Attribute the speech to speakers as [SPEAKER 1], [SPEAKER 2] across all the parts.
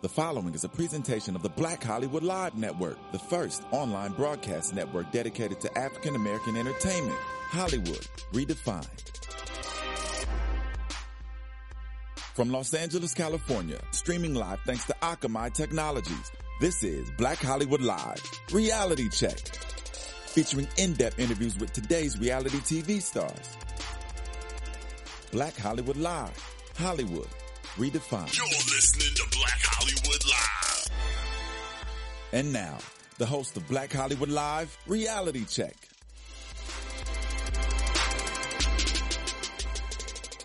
[SPEAKER 1] The following is a presentation of the Black Hollywood Live Network, the first online broadcast network dedicated to African American entertainment. Hollywood redefined. From Los Angeles, California, streaming live thanks to Akamai Technologies. This is Black Hollywood Live Reality Check, featuring in-depth interviews with today's reality TV stars. Black Hollywood Live, Hollywood redefined.
[SPEAKER 2] You're listening to Black Hollywood Live.
[SPEAKER 1] And now, the host of Black Hollywood Live Reality Check.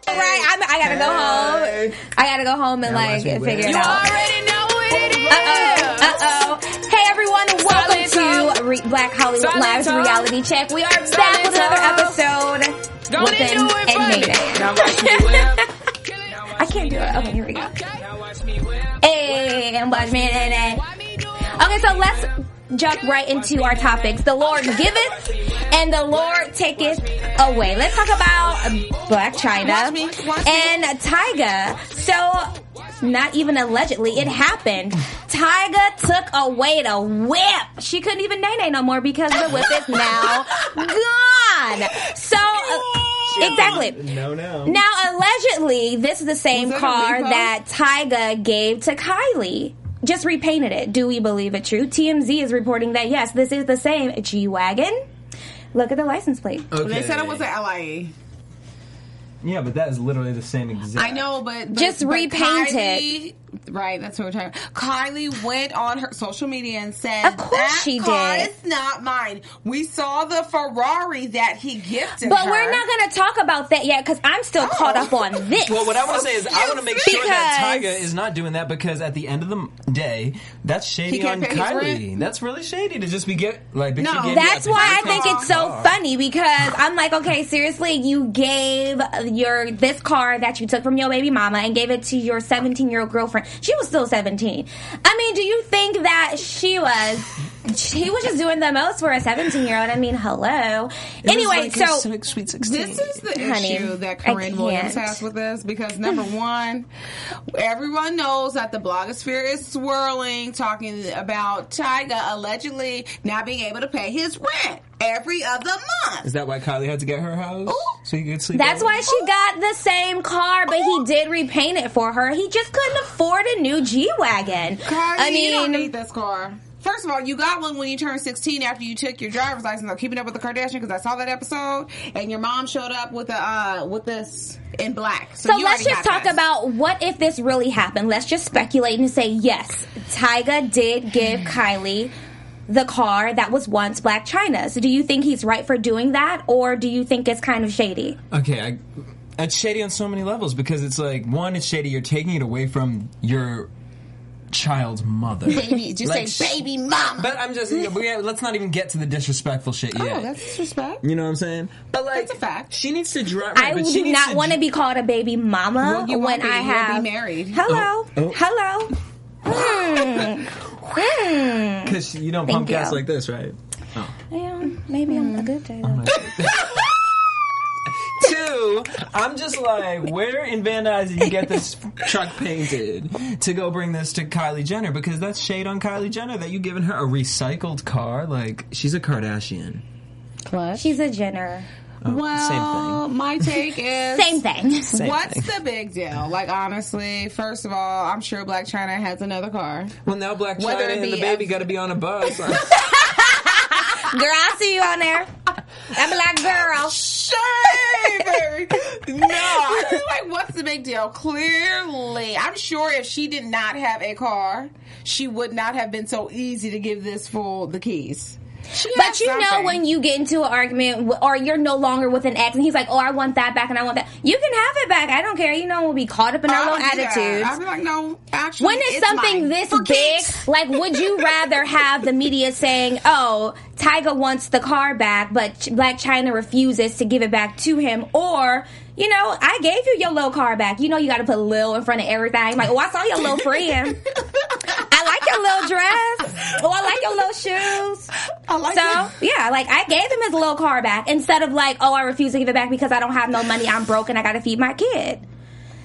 [SPEAKER 3] All right, I'm, I gotta go home. I gotta go home and like
[SPEAKER 4] that's
[SPEAKER 3] figure
[SPEAKER 4] weird.
[SPEAKER 3] it
[SPEAKER 4] You
[SPEAKER 3] out.
[SPEAKER 5] already know what it is.
[SPEAKER 3] Uh oh. Hey everyone, welcome
[SPEAKER 5] Silent
[SPEAKER 3] to Re- Black Hollywood
[SPEAKER 5] Silent
[SPEAKER 3] Live's
[SPEAKER 5] talk.
[SPEAKER 3] Reality Check. We are back with another
[SPEAKER 5] talk.
[SPEAKER 3] episode.
[SPEAKER 5] Don't
[SPEAKER 3] Within
[SPEAKER 5] it do it
[SPEAKER 3] and
[SPEAKER 5] for me.
[SPEAKER 3] Mayday.
[SPEAKER 5] Now watch me whip.
[SPEAKER 3] I can't do it. Okay, here we go.
[SPEAKER 5] Okay. Now watch me whip.
[SPEAKER 3] Hey, and watch me today.
[SPEAKER 5] Why me do it?
[SPEAKER 3] Okay, so let's jump right into our topics. The Lord giveth and the Lord taketh away. Let's talk about Black China and Tyga. So, not even allegedly, it happened. Tyga took away the whip. She couldn't even nay nay no more because the whip is now gone. So, uh, exactly.
[SPEAKER 4] No, no.
[SPEAKER 3] Now, allegedly, this is the same
[SPEAKER 4] that a
[SPEAKER 3] car
[SPEAKER 4] repo?
[SPEAKER 3] that Tyga gave to Kylie. Just repainted it. Do we believe it true? TMZ is reporting that yes, this is the same G Wagon. Look at the license plate.
[SPEAKER 4] Okay.
[SPEAKER 6] They said it was an LIA.
[SPEAKER 4] Yeah, but that is literally the same exact.
[SPEAKER 6] I know, but, but
[SPEAKER 3] Just
[SPEAKER 6] but
[SPEAKER 3] repaint
[SPEAKER 6] Kylie, Right, that's what we're talking. about. Kylie went on her social media and said,
[SPEAKER 3] Of course
[SPEAKER 6] that
[SPEAKER 3] she
[SPEAKER 6] car
[SPEAKER 3] did."
[SPEAKER 6] It's not mine. We saw the Ferrari that he gifted,
[SPEAKER 3] But
[SPEAKER 6] her.
[SPEAKER 3] we're not going to talk about that yet because I'm still caught up on this.
[SPEAKER 4] Well, what I want to say is, I want to make sure that
[SPEAKER 3] Because-
[SPEAKER 4] Tyga is not doing that because at the end of the m- day, that's
[SPEAKER 6] He
[SPEAKER 4] shady
[SPEAKER 6] can't
[SPEAKER 4] on
[SPEAKER 6] pay his
[SPEAKER 4] Kylie.
[SPEAKER 6] rent?
[SPEAKER 4] That's really shady to just be get like. but
[SPEAKER 6] No.
[SPEAKER 4] she gave
[SPEAKER 3] That's
[SPEAKER 4] you a
[SPEAKER 3] why I
[SPEAKER 4] perfect
[SPEAKER 3] think it's so
[SPEAKER 4] car.
[SPEAKER 3] funny because I'm like, okay, seriously, you gave your this car that you took from your baby mama and gave it to your 17 year old girlfriend. She was still 17. I mean, do you think that she was? She was just doing the most for a 17 year old. I mean, hello. Anyway,
[SPEAKER 4] It's like
[SPEAKER 3] so.
[SPEAKER 4] a sweet- sweet sixteen.
[SPEAKER 6] This is the
[SPEAKER 3] Honey,
[SPEAKER 6] issue that
[SPEAKER 3] I
[SPEAKER 6] Corinne Williams
[SPEAKER 3] can't.
[SPEAKER 6] has with us because number one, everyone knows that the blogosphere is swirling, talking about Tyga allegedly not being able to pay his rent every other month.
[SPEAKER 4] Is that why Kylie had to get her house so he could sleep?
[SPEAKER 3] That's
[SPEAKER 4] over?
[SPEAKER 3] why she got the same car, but he did repaint it for her. He just couldn't afford a new G wagon.
[SPEAKER 6] Cardi, I mean, you don't need this car. First of all, you got one when you turned 16 after you took your driver's license on Keeping Up with the Kardashians because I saw that episode, and your mom showed up with a uh, with this in black. So,
[SPEAKER 3] So
[SPEAKER 6] you
[SPEAKER 3] let's
[SPEAKER 6] already
[SPEAKER 3] just
[SPEAKER 6] got
[SPEAKER 3] talk
[SPEAKER 6] this.
[SPEAKER 3] about what if this really happened. Let's just speculate and say yes, Tyga did give Kylie the car that was once Black China's. Do you think he's right for doing that, or do you think it's kind of shady?
[SPEAKER 4] Okay, I, it's shady on so many levels because it's like one, it's shady. You're taking it away from your child's mother.
[SPEAKER 6] baby. Just
[SPEAKER 4] Like,
[SPEAKER 6] say baby mama.
[SPEAKER 4] But I'm just yeah, we- let's not even get to the disrespectful shit
[SPEAKER 6] oh,
[SPEAKER 4] yet.
[SPEAKER 6] that's disrespect.
[SPEAKER 4] you know what I'm saying? But like,
[SPEAKER 6] That's a fact.
[SPEAKER 4] She needs to drive.
[SPEAKER 3] I do not want to be called a baby mama
[SPEAKER 6] Well, you
[SPEAKER 3] when
[SPEAKER 6] won't be.
[SPEAKER 3] I
[SPEAKER 6] You'll be
[SPEAKER 3] have
[SPEAKER 6] married.
[SPEAKER 3] Hello,
[SPEAKER 4] Oh, oh.
[SPEAKER 3] hello. Hmm. Hmm.
[SPEAKER 4] because you don't
[SPEAKER 3] Thank
[SPEAKER 4] pump gas
[SPEAKER 3] you.
[SPEAKER 4] like this, right? Oh.
[SPEAKER 3] Yeah, maybe I'm a good day. though.
[SPEAKER 4] Two, I'm just like, where in Van Nuys did you get this truck painted to go bring this to Kylie Jenner? Because that's shade on Kylie Jenner that you giving her a recycled car. Like she's a Kardashian.
[SPEAKER 3] She's a Jenner.
[SPEAKER 6] Oh, well, my take is
[SPEAKER 3] Same thing.
[SPEAKER 4] Same
[SPEAKER 6] What's
[SPEAKER 4] thing.
[SPEAKER 6] the big deal? Like honestly, first of all, I'm sure Black China has another car.
[SPEAKER 4] Well, now Black China
[SPEAKER 6] Whether it
[SPEAKER 4] and the
[SPEAKER 6] be
[SPEAKER 4] baby
[SPEAKER 6] a-
[SPEAKER 4] got to be on a bus.
[SPEAKER 3] Girl, I see you on there. I'm a black girl.
[SPEAKER 6] Shame, baby. No, I feel like what's the big deal? Clearly, I'm sure if she did not have a car, she would not have been so easy to give this fool the keys. She
[SPEAKER 3] But you know when you get into an argument w- or you're no longer with an ex and he's like, oh, I want that back and I want that. You can have it back. I don't care. You know, we'll be caught up in our little attitudes.
[SPEAKER 6] I'd be Oh, like, no, actually,
[SPEAKER 3] When it's,
[SPEAKER 6] it's
[SPEAKER 3] something
[SPEAKER 6] mine.
[SPEAKER 3] this
[SPEAKER 6] For
[SPEAKER 3] big,
[SPEAKER 6] keeps.
[SPEAKER 3] like, would you rather have the media saying, oh, Tyga wants the car back, but Ch- Black China refuses to give it back to him? Or, you know, I gave you your little car back. You know, you got to put Lil in front of everything. Like, oh, I saw your little friend. I like your little dress. Oh, I like your little shoes.
[SPEAKER 6] I like
[SPEAKER 3] So
[SPEAKER 6] it.
[SPEAKER 3] yeah, like I gave him his little car back instead of like, oh, I refuse to give it back because I don't have no money. I'm broke and I got to feed my kid.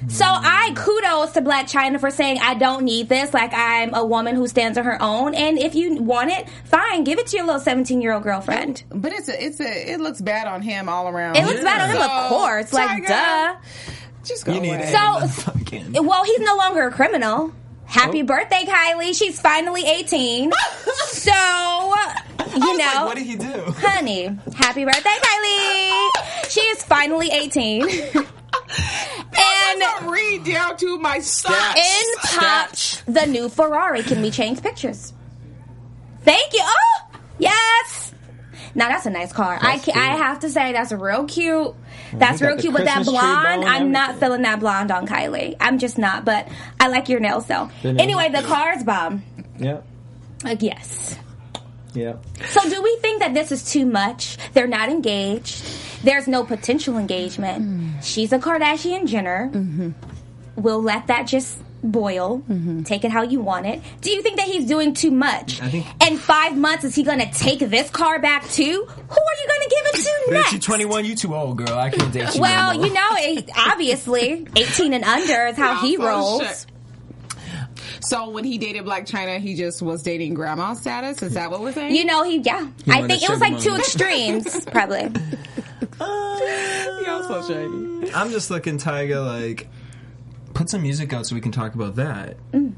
[SPEAKER 3] So I kudos to Black China for saying I don't need this. Like I'm a woman who stands on her own, and if you want it, fine, give it to your little 17 year old girlfriend.
[SPEAKER 6] But it's a, it's a, it looks bad on him all around.
[SPEAKER 3] It looks bad on him,
[SPEAKER 6] So,
[SPEAKER 3] of course. Like,
[SPEAKER 6] Tiger,
[SPEAKER 3] duh.
[SPEAKER 6] Just go
[SPEAKER 4] You need
[SPEAKER 6] away.
[SPEAKER 4] to
[SPEAKER 3] So-
[SPEAKER 4] fucking.
[SPEAKER 3] Well, he's no longer a criminal.
[SPEAKER 6] Oh.
[SPEAKER 3] Happy birthday, Kylie. She's finally 18. so, you know.
[SPEAKER 4] what did he do?
[SPEAKER 3] Honey, happy birthday, Kylie. She is finally 18. and
[SPEAKER 6] I'll read down to my socks.
[SPEAKER 3] in popped the new Ferrari. Can we change pictures? Thank you. Oh, yes. Now that's a nice car. I ca- I have to say that's real cute. That's
[SPEAKER 4] got
[SPEAKER 3] real
[SPEAKER 4] the
[SPEAKER 3] cute. But that
[SPEAKER 4] Christmas tree bow
[SPEAKER 3] blonde,
[SPEAKER 4] and
[SPEAKER 3] I'm not
[SPEAKER 4] everything.
[SPEAKER 3] feeling that blonde on Kylie. I'm just not. But I like your nails though.
[SPEAKER 4] The nails
[SPEAKER 3] Anyway,
[SPEAKER 4] are
[SPEAKER 3] the car's bomb.
[SPEAKER 4] Yep.
[SPEAKER 3] Like yes.
[SPEAKER 4] Yep.
[SPEAKER 3] So do we think that this is too much? They're not engaged. There's no potential engagement. She's a Kardashian Jenner. We'll let that just boil. Take it how you want it. Do you think that he's doing too much?
[SPEAKER 4] I think-
[SPEAKER 3] In five months, is he going to take this car back too? Who are you going to give it to
[SPEAKER 4] Bitch,
[SPEAKER 3] next?
[SPEAKER 4] you 21, you too old, girl. I can't date you.
[SPEAKER 3] well,
[SPEAKER 4] no more.
[SPEAKER 3] you know, it, obviously, 18 and under is how he
[SPEAKER 6] Oh,
[SPEAKER 3] rolls.
[SPEAKER 6] shit. So when he dated Black China, he just was dating grandma status. Is that what we're saying?
[SPEAKER 3] You know, he, yeah. I think
[SPEAKER 4] wanted to
[SPEAKER 3] it was
[SPEAKER 4] shake
[SPEAKER 3] like
[SPEAKER 4] him
[SPEAKER 3] two
[SPEAKER 4] on.
[SPEAKER 3] extremes, probably.
[SPEAKER 6] Y'all so shady.
[SPEAKER 4] I'm just looking, Tyga, like, put some music out so we can talk about that.
[SPEAKER 6] Mm.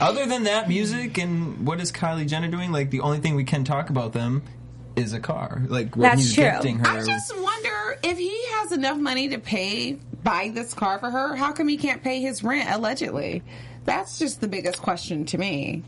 [SPEAKER 4] Other than that music and what is Kylie Jenner doing, like, the only thing we can talk about them is a car. Like, what
[SPEAKER 3] That's
[SPEAKER 4] he's
[SPEAKER 3] true.
[SPEAKER 4] gifting her.
[SPEAKER 6] I just wonder if he has enough money to pay buy this car for her. How come he can't pay his rent allegedly? That's just the biggest question to me.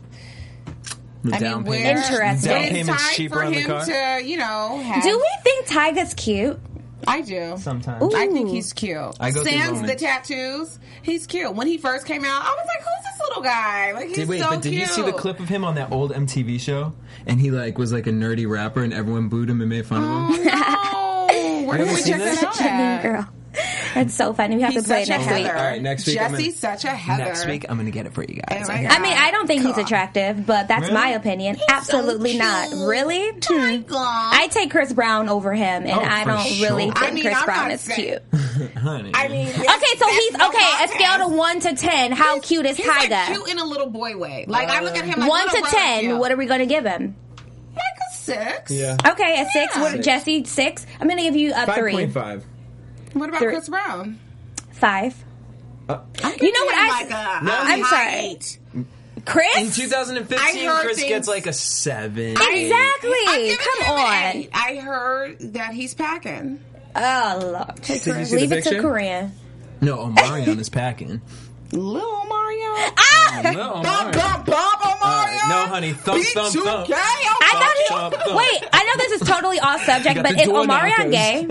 [SPEAKER 4] the
[SPEAKER 6] I
[SPEAKER 4] down
[SPEAKER 6] mean, where
[SPEAKER 4] payment.
[SPEAKER 3] Interesting.
[SPEAKER 4] Down
[SPEAKER 6] when it's
[SPEAKER 4] payment's
[SPEAKER 6] time
[SPEAKER 4] cheaper
[SPEAKER 6] for
[SPEAKER 4] on the
[SPEAKER 6] him
[SPEAKER 4] car.
[SPEAKER 6] to, you know, have,
[SPEAKER 3] Do we think Tyga's cute?
[SPEAKER 6] I do.
[SPEAKER 4] Sometimes.
[SPEAKER 3] Ooh.
[SPEAKER 6] I think he's cute.
[SPEAKER 4] I go through
[SPEAKER 6] Sans the
[SPEAKER 4] moments.
[SPEAKER 6] tattoos, he's cute. When he first came out, I was like, "Who's this little guy?" Like he's
[SPEAKER 4] Did, wait,
[SPEAKER 6] so
[SPEAKER 4] but did
[SPEAKER 6] cute.
[SPEAKER 4] you see the clip of him on that old MTV show? And he like was like a nerdy rapper, and everyone booed him and made fun of
[SPEAKER 6] Oh,
[SPEAKER 4] him.
[SPEAKER 6] No, where can
[SPEAKER 4] You
[SPEAKER 6] we
[SPEAKER 4] haven't seen
[SPEAKER 6] check
[SPEAKER 4] this?
[SPEAKER 6] that out?
[SPEAKER 3] Such a mean
[SPEAKER 6] at?
[SPEAKER 3] girl. That's so funny. We have
[SPEAKER 6] He's
[SPEAKER 3] to play
[SPEAKER 6] such
[SPEAKER 3] it
[SPEAKER 6] a
[SPEAKER 3] next week.
[SPEAKER 6] heather.
[SPEAKER 4] All right, next week I'm
[SPEAKER 6] Jesse's such a heather.
[SPEAKER 4] Next week, I'm gonna get it for you guys.
[SPEAKER 6] Oh my
[SPEAKER 4] Okay.
[SPEAKER 6] God.
[SPEAKER 3] I mean, I don't think he's
[SPEAKER 6] God.
[SPEAKER 3] attractive, but that's my
[SPEAKER 4] Really?
[SPEAKER 3] opinion. Absolutely not.
[SPEAKER 6] Oh
[SPEAKER 3] Really? Hmm. I take Chris Brown over him, and
[SPEAKER 4] Oh,
[SPEAKER 3] I
[SPEAKER 4] for
[SPEAKER 3] don't really
[SPEAKER 4] sure.
[SPEAKER 3] think
[SPEAKER 6] I mean,
[SPEAKER 3] Chris
[SPEAKER 6] I'm
[SPEAKER 3] Brown
[SPEAKER 6] not
[SPEAKER 3] is
[SPEAKER 6] saying-
[SPEAKER 3] cute.
[SPEAKER 4] Honey.
[SPEAKER 6] I mean,
[SPEAKER 3] Okay, so
[SPEAKER 6] that's
[SPEAKER 3] he's
[SPEAKER 6] no
[SPEAKER 3] okay. A
[SPEAKER 6] contest.
[SPEAKER 3] scale of one to ten. How cute is
[SPEAKER 6] He's like
[SPEAKER 3] Tyga?
[SPEAKER 6] cute in a little boy way. Like I look at him like
[SPEAKER 3] One
[SPEAKER 6] little
[SPEAKER 3] to
[SPEAKER 6] brother
[SPEAKER 3] ten.
[SPEAKER 6] cute.
[SPEAKER 3] What are we gonna give him?
[SPEAKER 6] like a six?
[SPEAKER 4] yeah.
[SPEAKER 3] Okay, a six. What,
[SPEAKER 4] Six.
[SPEAKER 3] Jesse, six. I'm gonna give you a
[SPEAKER 4] Five
[SPEAKER 3] three,
[SPEAKER 4] point five.
[SPEAKER 6] What about
[SPEAKER 3] Three.
[SPEAKER 6] Chris Brown?
[SPEAKER 3] five.
[SPEAKER 4] Uh,
[SPEAKER 3] You know what I?
[SPEAKER 6] Like a,
[SPEAKER 4] No,
[SPEAKER 6] a
[SPEAKER 4] I'm
[SPEAKER 6] high
[SPEAKER 3] sorry.
[SPEAKER 6] eight.
[SPEAKER 4] in
[SPEAKER 3] Chris.
[SPEAKER 4] 2015,
[SPEAKER 6] I heard
[SPEAKER 4] Chris
[SPEAKER 6] things-
[SPEAKER 4] gets like a seven.
[SPEAKER 6] I'm
[SPEAKER 3] Exactly.
[SPEAKER 6] giving
[SPEAKER 3] Come
[SPEAKER 6] him
[SPEAKER 3] on.
[SPEAKER 6] an eight. I heard that he's packing.
[SPEAKER 3] Oh Lord.
[SPEAKER 4] you see the
[SPEAKER 3] Leave it to
[SPEAKER 4] picture?
[SPEAKER 3] Korean.
[SPEAKER 4] No, Omarion is packing.
[SPEAKER 6] Little Mario.
[SPEAKER 3] Ah!
[SPEAKER 4] No,
[SPEAKER 6] Bob,
[SPEAKER 4] Omarion.
[SPEAKER 6] Bob, Bob, Mario.
[SPEAKER 4] Uh, no, honey. Thump, thump, thump.
[SPEAKER 6] Oh,
[SPEAKER 3] I thought he. Wait, I know this is totally off subject,
[SPEAKER 4] Got
[SPEAKER 3] but
[SPEAKER 4] the
[SPEAKER 3] is
[SPEAKER 4] door
[SPEAKER 3] Omarion
[SPEAKER 4] knockers.
[SPEAKER 3] gay?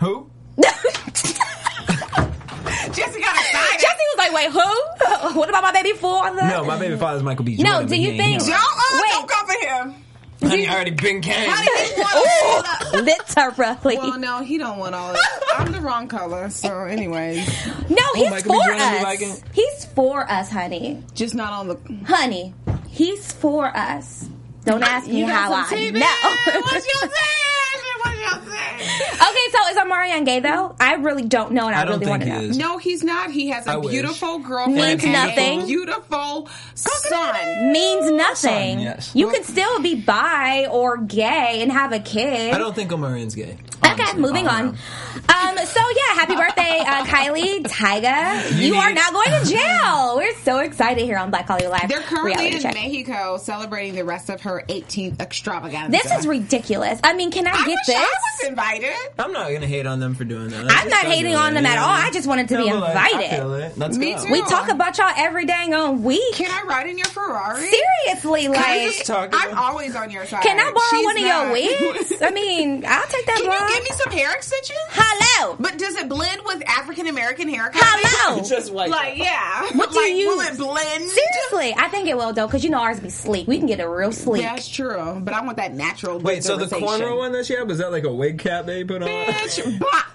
[SPEAKER 4] Who?
[SPEAKER 6] Jesse got excited.
[SPEAKER 3] Jesse was like, "Wait, who? What about my baby father?"
[SPEAKER 4] No, my baby father's Michael B. Jordan.
[SPEAKER 3] No, do
[SPEAKER 4] but
[SPEAKER 3] you
[SPEAKER 4] he ain't
[SPEAKER 3] think-
[SPEAKER 4] here.
[SPEAKER 6] don't, uh,
[SPEAKER 3] Wait.
[SPEAKER 6] don't cover him.
[SPEAKER 4] Honey, I already been came.
[SPEAKER 3] Ooh, literally.
[SPEAKER 6] Well, no, he don't want all that. I'm the wrong color, so anyways,
[SPEAKER 3] no, he's
[SPEAKER 4] Michael B.
[SPEAKER 3] for
[SPEAKER 4] Jordan, Oh you
[SPEAKER 3] us.
[SPEAKER 4] like it?
[SPEAKER 3] he's for us, honey.
[SPEAKER 6] just not on the.
[SPEAKER 3] Honey, he's for us. Don't ask me
[SPEAKER 6] You got
[SPEAKER 3] how
[SPEAKER 6] some
[SPEAKER 3] I
[SPEAKER 6] TV?
[SPEAKER 3] know.
[SPEAKER 6] What's your thing? What's your thing?
[SPEAKER 3] okay, so is Omarion gay though? I really don't know, and I,
[SPEAKER 4] I don't
[SPEAKER 3] really want
[SPEAKER 4] think
[SPEAKER 3] to
[SPEAKER 4] he
[SPEAKER 3] know.
[SPEAKER 4] is.
[SPEAKER 6] No, he's not. He has a
[SPEAKER 4] I wish.
[SPEAKER 6] beautiful girlfriend.
[SPEAKER 3] Means
[SPEAKER 6] and a
[SPEAKER 3] nothing.
[SPEAKER 6] Beautiful son.
[SPEAKER 3] Means nothing.
[SPEAKER 4] yes.
[SPEAKER 3] You can still be bi or gay and have a kid.
[SPEAKER 4] I don't think Omarion's gay.
[SPEAKER 3] Okay,
[SPEAKER 4] honestly,
[SPEAKER 3] moving
[SPEAKER 4] all
[SPEAKER 3] on.
[SPEAKER 4] around.
[SPEAKER 3] Um, so yeah, happy birthday, uh, Kylie, Tyga. You,
[SPEAKER 4] You
[SPEAKER 3] are
[SPEAKER 4] need-
[SPEAKER 3] now going to jail. We're so excited here on Black Hollywood Live.
[SPEAKER 6] They're currently
[SPEAKER 3] Reality
[SPEAKER 6] in
[SPEAKER 3] check.
[SPEAKER 6] Mexico celebrating the rest of her 18th extravaganza.
[SPEAKER 3] This is ridiculous. I mean, can I,
[SPEAKER 6] I
[SPEAKER 3] get
[SPEAKER 6] wish
[SPEAKER 3] this?
[SPEAKER 6] I was invited.
[SPEAKER 4] I'm not gonna hate on them for doing that.
[SPEAKER 3] I'm not
[SPEAKER 4] It's
[SPEAKER 3] hating
[SPEAKER 4] good,
[SPEAKER 3] on them at
[SPEAKER 4] you know
[SPEAKER 3] all.
[SPEAKER 4] what mean?
[SPEAKER 3] I just wanted to be
[SPEAKER 4] No, but, like, I
[SPEAKER 3] invited.
[SPEAKER 4] feel it. Let's
[SPEAKER 6] Me
[SPEAKER 4] go.
[SPEAKER 6] too.
[SPEAKER 3] we talk about y'all every dang on week.
[SPEAKER 6] Can I ride in your Ferrari?
[SPEAKER 3] Seriously,
[SPEAKER 4] I
[SPEAKER 3] like,
[SPEAKER 4] just talk about-
[SPEAKER 6] I'm always on your side.
[SPEAKER 3] can I borrow
[SPEAKER 6] She's
[SPEAKER 3] one of
[SPEAKER 6] not.
[SPEAKER 3] your wigs? I mean, I'll take that
[SPEAKER 6] Can
[SPEAKER 3] one.
[SPEAKER 6] you give me some hair extensions?
[SPEAKER 3] Hello.
[SPEAKER 6] But does it blend with African American hair? color?
[SPEAKER 3] Hello.
[SPEAKER 4] Just white.
[SPEAKER 6] Like, yeah.
[SPEAKER 3] What do
[SPEAKER 6] like,
[SPEAKER 3] you
[SPEAKER 6] Will
[SPEAKER 3] use?
[SPEAKER 6] it blend?
[SPEAKER 3] Seriously, I think it will though, because you know ours be sleek. We can get it real sleek.
[SPEAKER 6] That's true. But I want that natural.
[SPEAKER 4] Wait, so the
[SPEAKER 6] glycerization.
[SPEAKER 4] cornrow one that she had was that like a wig cap they put on?
[SPEAKER 6] Bitch, bop.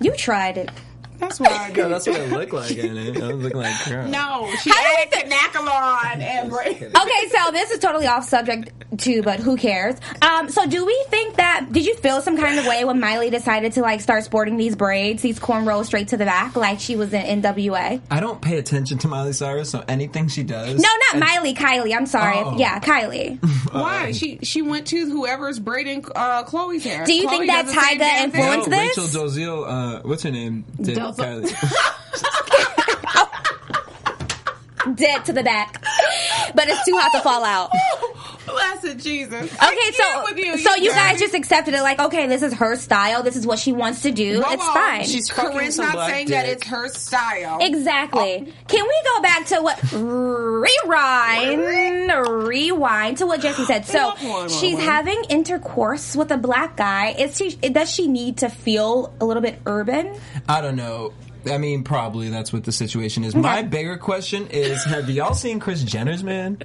[SPEAKER 3] You tried it.
[SPEAKER 6] That's what I
[SPEAKER 4] Yeah,
[SPEAKER 6] did.
[SPEAKER 4] that's what it looked like in it. It looked like crap.
[SPEAKER 6] No, she
[SPEAKER 3] How do
[SPEAKER 6] added the Nacolon and bra-
[SPEAKER 3] Okay, so this is totally off subject too, but who cares? Um, so do we think that did you feel some kind of way when Miley decided to like start sporting these braids, these cornrows straight to the back, like she was in NWA?
[SPEAKER 4] I don't pay attention to Miley Cyrus, so anything she does.
[SPEAKER 3] No, not Miley, Kylie. I'm sorry.
[SPEAKER 4] Oh.
[SPEAKER 3] Yeah, Kylie.
[SPEAKER 6] Why? She she went to whoever's braiding uh, Chloe's hair.
[SPEAKER 3] Do you
[SPEAKER 6] Chloe
[SPEAKER 3] think that
[SPEAKER 6] does the same
[SPEAKER 3] Tyga
[SPEAKER 6] damn thing.
[SPEAKER 3] influenced-
[SPEAKER 4] No,
[SPEAKER 3] this?
[SPEAKER 4] Rachel Doziel, uh, what's her name? Did
[SPEAKER 6] Doziel.
[SPEAKER 4] Kylie.
[SPEAKER 3] Dead to the back. But it's too hot to fall out.
[SPEAKER 6] Blessed Jesus.
[SPEAKER 3] Okay,
[SPEAKER 6] I'm
[SPEAKER 3] so
[SPEAKER 6] with you,
[SPEAKER 3] so
[SPEAKER 6] you
[SPEAKER 3] you guys
[SPEAKER 6] dirty.
[SPEAKER 3] just accepted it like, okay, this is her style, this is what she wants to do.
[SPEAKER 6] Whoa,
[SPEAKER 3] it's
[SPEAKER 6] whoa,
[SPEAKER 3] fine.
[SPEAKER 4] she's fucking
[SPEAKER 6] Corinne's
[SPEAKER 4] some
[SPEAKER 6] not
[SPEAKER 4] black
[SPEAKER 6] saying that
[SPEAKER 4] dick.
[SPEAKER 6] it's her style. Oh.
[SPEAKER 3] Exactly. Can we go back to what rewind, rewind to what Jesse said? So
[SPEAKER 6] Rewind,
[SPEAKER 3] she's
[SPEAKER 6] rewind.
[SPEAKER 3] having intercourse with a black guy. Is she? Does she need to feel a little bit urban?
[SPEAKER 4] I don't know. I mean, probably that's what the situation is. My bigger question is: Have y'all seen Chris Jenner's man?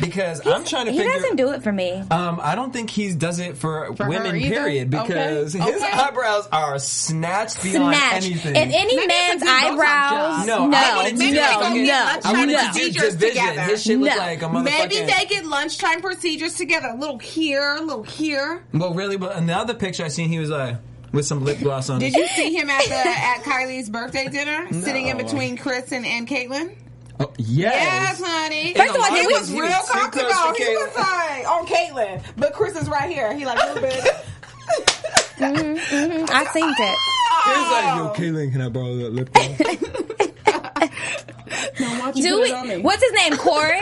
[SPEAKER 4] Because I'm trying to
[SPEAKER 3] He
[SPEAKER 4] figure.
[SPEAKER 3] doesn't do it for me.
[SPEAKER 4] Um, I don't think he does it for,
[SPEAKER 6] For her
[SPEAKER 4] women.
[SPEAKER 6] either?
[SPEAKER 4] Period.
[SPEAKER 6] Okay.
[SPEAKER 4] Because his
[SPEAKER 6] Okay.
[SPEAKER 4] eyebrows are snatched beyond
[SPEAKER 3] Snatch. If
[SPEAKER 4] anything.
[SPEAKER 3] any
[SPEAKER 6] Maybe
[SPEAKER 3] man's
[SPEAKER 6] it's a good Botox
[SPEAKER 3] eyebrows,
[SPEAKER 6] job.
[SPEAKER 3] no,
[SPEAKER 4] No,
[SPEAKER 3] no,
[SPEAKER 4] I
[SPEAKER 3] no,
[SPEAKER 4] wanted to do like
[SPEAKER 3] no,
[SPEAKER 4] a- I
[SPEAKER 3] no.
[SPEAKER 4] wanted to do
[SPEAKER 6] Procedures
[SPEAKER 4] division.
[SPEAKER 6] together.
[SPEAKER 4] His shit looked
[SPEAKER 3] No.
[SPEAKER 4] like a
[SPEAKER 6] Maybe
[SPEAKER 4] motherfucking.
[SPEAKER 6] they get lunchtime procedures together. A little here, a little here.
[SPEAKER 4] well, really, but in the other picture I seen, he was like with some lip gloss on.
[SPEAKER 6] Did
[SPEAKER 4] his-
[SPEAKER 6] you see him at the at Kylie's birthday dinner, sitting in between Chris and, and Caitlyn?
[SPEAKER 4] Oh,
[SPEAKER 6] Yes, honey.
[SPEAKER 3] First of all, did
[SPEAKER 6] he
[SPEAKER 3] we-
[SPEAKER 6] was
[SPEAKER 4] He
[SPEAKER 6] real
[SPEAKER 4] was too close to
[SPEAKER 6] comfortable. He
[SPEAKER 4] Caitlyn.
[SPEAKER 6] was like on Caitlyn, but Chris is right here. He like a little bit.
[SPEAKER 3] I think it.
[SPEAKER 4] He was like,
[SPEAKER 6] Oh.
[SPEAKER 4] "Yo, Kaylin, can I borrow that lip gloss?"
[SPEAKER 3] Do we, what's his name? Corey?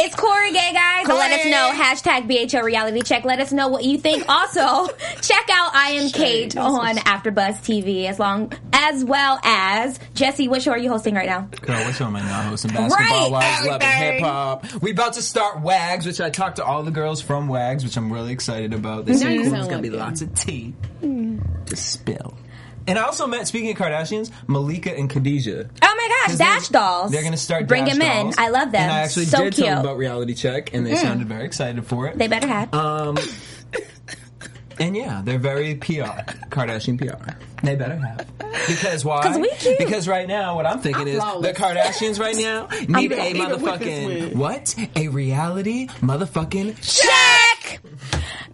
[SPEAKER 3] it's Corey Gay Guys. Let us
[SPEAKER 6] Corey.
[SPEAKER 3] know. Hashtag BHL Reality Check. Let us know what you think. Also, check out I Am Kate on AfterBuzz TV as long as well as Jesse. What show are you hosting right now?
[SPEAKER 4] Girl, what show am I now hosting? Basketball,
[SPEAKER 3] Right,
[SPEAKER 4] Wives, Love, and
[SPEAKER 6] everything.
[SPEAKER 4] Hip Hop. We about to start Wags, which I talked to all the girls from Wags, which I'm really excited about. This
[SPEAKER 6] Now you
[SPEAKER 4] is
[SPEAKER 6] sound
[SPEAKER 4] gonna be
[SPEAKER 6] like
[SPEAKER 4] lots of tea to spill. And I also met, speaking of Kardashians, Malika and Khadijah.
[SPEAKER 3] Oh my gosh, Dash Dolls.
[SPEAKER 4] They're gonna start.
[SPEAKER 3] Oh, Bring
[SPEAKER 4] Dash
[SPEAKER 3] them in.
[SPEAKER 4] Dolls.
[SPEAKER 3] I love them.
[SPEAKER 4] And I actually
[SPEAKER 3] so
[SPEAKER 4] did
[SPEAKER 3] cute. Mm.
[SPEAKER 4] tell them about Reality Check, and they sounded very excited for it.
[SPEAKER 3] they better have.
[SPEAKER 4] Um, and yeah, they're very PR, Kardashian PR. They better have. Because why?
[SPEAKER 3] 'Cause we cute.
[SPEAKER 4] Because right now, what I'm thinking is
[SPEAKER 6] flawless.
[SPEAKER 4] the Kardashians right now need
[SPEAKER 6] flawless.
[SPEAKER 4] a
[SPEAKER 6] Even with this
[SPEAKER 4] motherfucking
[SPEAKER 6] wig.
[SPEAKER 4] what? A reality motherfucking. Sh-
[SPEAKER 3] Check.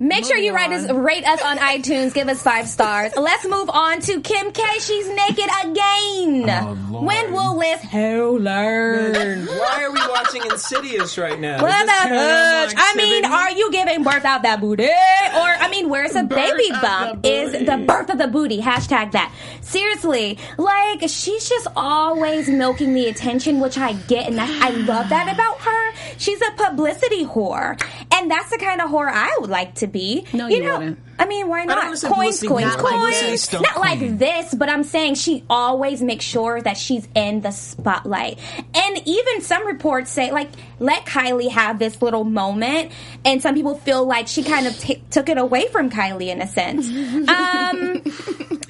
[SPEAKER 3] Make sure you
[SPEAKER 6] Moving
[SPEAKER 3] write us,
[SPEAKER 6] on.
[SPEAKER 3] rate us on iTunes. Give us five stars. Let's move on to Kim K. She's naked again.
[SPEAKER 4] Oh, Lord.
[SPEAKER 3] when will Liz Ho learn?
[SPEAKER 4] why are we watching Insidious right now?
[SPEAKER 3] What
[SPEAKER 4] Is this
[SPEAKER 3] the
[SPEAKER 4] paranormal
[SPEAKER 3] hooch? I mean,
[SPEAKER 4] activity?
[SPEAKER 3] are you giving birth out that booty? Or, I mean, where's the baby
[SPEAKER 6] of
[SPEAKER 3] bump?
[SPEAKER 6] the
[SPEAKER 3] is
[SPEAKER 6] booty.
[SPEAKER 3] the birth of the booty. Hashtag that. Seriously, like, she's just always milking the attention, which I get, and that, I love that about her. She's a publicity whore. And that's the kind of whore I would like to be.
[SPEAKER 6] No, you
[SPEAKER 3] know,
[SPEAKER 6] wouldn't.
[SPEAKER 3] I mean, why
[SPEAKER 4] don't
[SPEAKER 3] not?
[SPEAKER 4] wanna say
[SPEAKER 3] Coins,
[SPEAKER 4] pussy,
[SPEAKER 3] coins,
[SPEAKER 4] not like
[SPEAKER 3] coins.
[SPEAKER 4] this.
[SPEAKER 3] Not
[SPEAKER 4] Don't
[SPEAKER 3] like
[SPEAKER 4] queen.
[SPEAKER 3] this, but I'm saying she always makes sure that she's in the spotlight. And even some reports say, like, let Kylie have this little moment. And some people feel like she kind of t- took it away from Kylie in a sense. Um,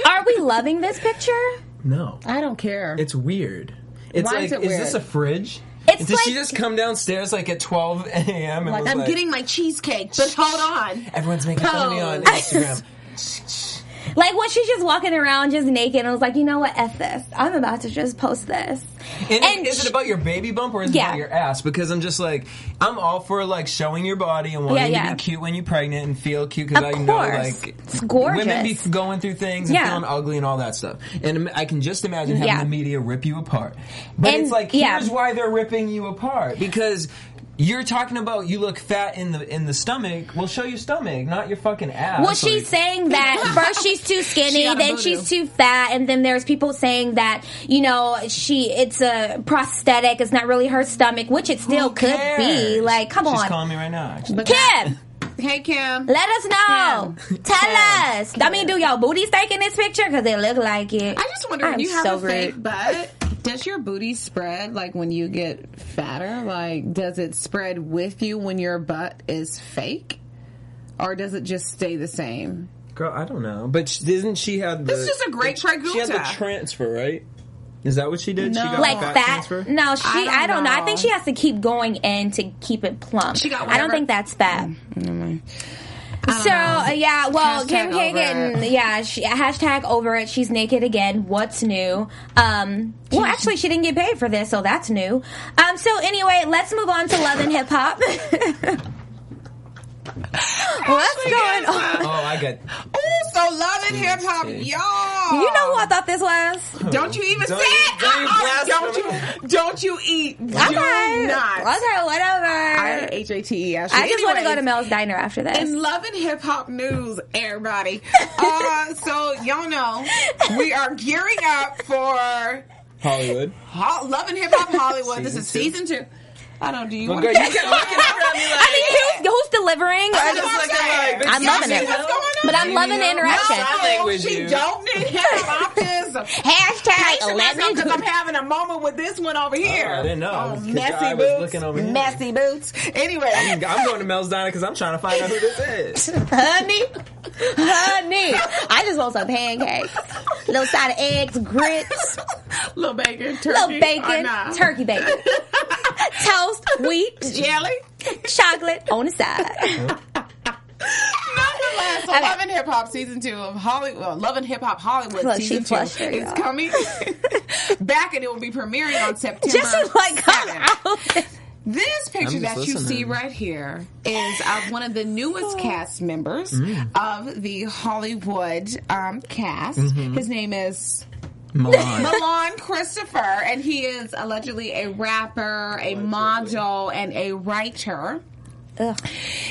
[SPEAKER 3] are we loving this picture?
[SPEAKER 4] No,
[SPEAKER 6] I don't care.
[SPEAKER 4] it's weird. It's
[SPEAKER 6] Why
[SPEAKER 4] like,
[SPEAKER 6] is
[SPEAKER 4] is
[SPEAKER 6] it weird?
[SPEAKER 4] this a fridge?
[SPEAKER 3] It's
[SPEAKER 4] Did she
[SPEAKER 3] like-
[SPEAKER 4] just come downstairs like at 12 a.m. and was
[SPEAKER 6] I'm
[SPEAKER 4] like,
[SPEAKER 6] getting my cheesecake, but hold on.
[SPEAKER 4] Everyone's making fun of me on Instagram.
[SPEAKER 3] Like, when she's just walking around just naked and was like, you know what, F this. I'm about to just post this.
[SPEAKER 4] And,
[SPEAKER 3] And
[SPEAKER 4] is
[SPEAKER 3] sh-
[SPEAKER 4] it about your baby bump or is
[SPEAKER 3] Yeah.
[SPEAKER 4] it about your ass? Because I'm just like, I'm all for like showing your body and wanting
[SPEAKER 3] Yeah, yeah.
[SPEAKER 4] to be cute when you're pregnant and feel cute because I
[SPEAKER 3] Of
[SPEAKER 4] know
[SPEAKER 3] course.
[SPEAKER 4] like
[SPEAKER 3] It's gorgeous.
[SPEAKER 4] women be going through things and
[SPEAKER 3] Yeah.
[SPEAKER 4] feeling ugly and all that stuff. And im- I can just imagine having
[SPEAKER 3] Yeah.
[SPEAKER 4] the media rip you apart. But
[SPEAKER 3] And-
[SPEAKER 4] it's like
[SPEAKER 3] yeah.
[SPEAKER 4] here's why they're ripping you apart because. You're talking about you look fat in the in the stomach. Well, show your stomach, not your fucking ass.
[SPEAKER 3] Well, she's
[SPEAKER 4] Like-
[SPEAKER 3] saying that first she's too skinny,
[SPEAKER 6] She got a
[SPEAKER 3] then
[SPEAKER 6] boo-boo.
[SPEAKER 3] she's too fat, and then there's people saying that you know she it's a prosthetic, it's not really her stomach, which it still
[SPEAKER 4] Who
[SPEAKER 3] could be.
[SPEAKER 4] cares?
[SPEAKER 3] Like, come
[SPEAKER 4] She's
[SPEAKER 3] on,
[SPEAKER 4] calling me right now. Actually.
[SPEAKER 3] Kim,
[SPEAKER 6] Hey Kim.
[SPEAKER 3] let us know. Tell us. I mean, do y'all booty stink in this picture? Because it look like it.
[SPEAKER 6] I just wonder
[SPEAKER 3] I'm
[SPEAKER 6] if you have
[SPEAKER 3] so
[SPEAKER 6] a fake
[SPEAKER 3] rude.
[SPEAKER 6] butt. Does your booty spread like when you get fatter? Like, does it spread with you when your butt is fake, or does it just stay the same?
[SPEAKER 4] Girl, I don't know. But sh- didn't she have the.
[SPEAKER 6] This is just a great
[SPEAKER 4] She had the
[SPEAKER 6] triguta.
[SPEAKER 4] transfer, right? Is that what she did? She
[SPEAKER 6] No.
[SPEAKER 4] got
[SPEAKER 3] like
[SPEAKER 4] fat
[SPEAKER 3] fat.
[SPEAKER 4] transfer?
[SPEAKER 3] No, she. I don't,
[SPEAKER 6] don't
[SPEAKER 3] know. I
[SPEAKER 6] know.
[SPEAKER 3] think she has to keep going in to keep it plump.
[SPEAKER 6] She got
[SPEAKER 3] I don't
[SPEAKER 4] Mm,
[SPEAKER 6] whatever-
[SPEAKER 3] think that's fat. So uh, yeah, well,
[SPEAKER 6] Hashtag
[SPEAKER 3] Kim
[SPEAKER 6] over
[SPEAKER 3] Kagan,
[SPEAKER 6] it.
[SPEAKER 3] yeah, she, hashtag over it. She's naked again. What's new? Um, well, actually, she didn't get paid for this, so that's new. Um, so anyway, let's move on to love and hip hop. What's going on?
[SPEAKER 4] Oh, I got.
[SPEAKER 6] Ooh, so loving hip hop,
[SPEAKER 4] Interesting.
[SPEAKER 6] y'all.
[SPEAKER 3] You know who I thought this was?
[SPEAKER 6] Don't you even
[SPEAKER 4] Don't
[SPEAKER 6] say
[SPEAKER 4] you-
[SPEAKER 6] it.
[SPEAKER 4] don't you
[SPEAKER 6] Uh-uh, Don't you,
[SPEAKER 4] blaspheme.
[SPEAKER 6] don't you eat?
[SPEAKER 3] Okay,
[SPEAKER 6] Do not.
[SPEAKER 3] okay, whatever.
[SPEAKER 6] I
[SPEAKER 3] I,
[SPEAKER 6] H A T E. I
[SPEAKER 3] just want to go to Mel's Diner after this.
[SPEAKER 6] In love and hip hop news, everybody. Uh, so y'all know we are gearing up for
[SPEAKER 4] Hollywood.
[SPEAKER 6] Ho- Love and Hip Hop Hollywood. this is
[SPEAKER 4] Season
[SPEAKER 6] season two. I don't. Do you
[SPEAKER 4] Well,
[SPEAKER 6] want
[SPEAKER 4] girl, you kept looking over at me like.
[SPEAKER 3] I mean, who's, who's delivering? Or
[SPEAKER 6] I'm
[SPEAKER 3] just-
[SPEAKER 6] just looking like,
[SPEAKER 4] bitch,
[SPEAKER 3] I'm
[SPEAKER 4] y'all
[SPEAKER 3] loving
[SPEAKER 4] see
[SPEAKER 3] it.
[SPEAKER 4] what's going on?
[SPEAKER 3] But I'm loving the
[SPEAKER 4] No,
[SPEAKER 3] interaction.
[SPEAKER 4] sign language,
[SPEAKER 6] she
[SPEAKER 4] you.
[SPEAKER 6] don't need hip hop.
[SPEAKER 3] Hashtag
[SPEAKER 6] because I'm
[SPEAKER 3] eleven.
[SPEAKER 6] having a moment with this one over here.
[SPEAKER 4] I didn't know.
[SPEAKER 6] Oh,
[SPEAKER 4] 'Cause
[SPEAKER 6] messy
[SPEAKER 4] I was
[SPEAKER 6] boots.
[SPEAKER 4] looking over here.
[SPEAKER 6] Messy boots. Anyway,
[SPEAKER 4] I'm going to Mel's Diner because I'm trying to find out who this is.
[SPEAKER 3] honey, honey. I just want some pancakes, little side of eggs, grits,
[SPEAKER 6] little bacon, turkey,
[SPEAKER 3] little
[SPEAKER 6] or
[SPEAKER 3] bacon,
[SPEAKER 6] nah.
[SPEAKER 3] turkey bacon, Oh, toast, wheat,
[SPEAKER 6] jelly.
[SPEAKER 3] chocolate on the side.
[SPEAKER 6] Nonetheless,
[SPEAKER 3] Okay.
[SPEAKER 6] Love and Hip Hop season two of Hollywood, well, Love and Hip Hop Hollywood
[SPEAKER 3] Look, she
[SPEAKER 6] season two
[SPEAKER 3] flushed her,
[SPEAKER 6] is
[SPEAKER 3] y'all.
[SPEAKER 6] coming back, and it will be premiering on September.
[SPEAKER 3] Just like come
[SPEAKER 6] 7th.
[SPEAKER 3] out.
[SPEAKER 6] This picture
[SPEAKER 4] I'm
[SPEAKER 6] that
[SPEAKER 4] just
[SPEAKER 6] you see
[SPEAKER 4] listening. Oh.
[SPEAKER 6] right here is of one of the newest cast members
[SPEAKER 4] Mm.
[SPEAKER 6] of the Hollywood um, cast.
[SPEAKER 4] Mm-hmm.
[SPEAKER 6] His name is
[SPEAKER 4] Milan.
[SPEAKER 6] Milan Christopher, and he is allegedly a rapper, a model, and a writer.
[SPEAKER 3] Ugh.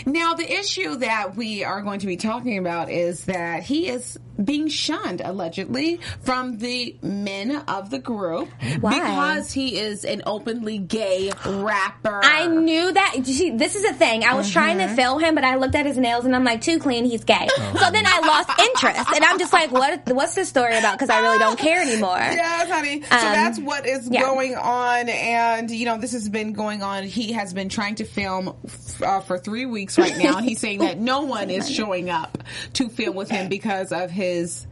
[SPEAKER 6] Now, the issue that we are going to be talking about is that he is being shunned, allegedly, from the men of the group
[SPEAKER 3] Why?
[SPEAKER 6] because he is an openly gay rapper.
[SPEAKER 3] I knew that. you See, this is the thing. I was trying to fill him, but I looked at his nails and I'm like, too clean. He's gay. So then I lost interest, and I'm just like, what? What's this story about? Because I really don't care anymore.
[SPEAKER 6] Yes, honey. So
[SPEAKER 3] Um,
[SPEAKER 6] that's what is
[SPEAKER 3] yeah.
[SPEAKER 6] going on, and you know this has been going on. He has been trying to film f- uh, for three weeks right now, and he's saying that no one is showing up to film with him because of his. You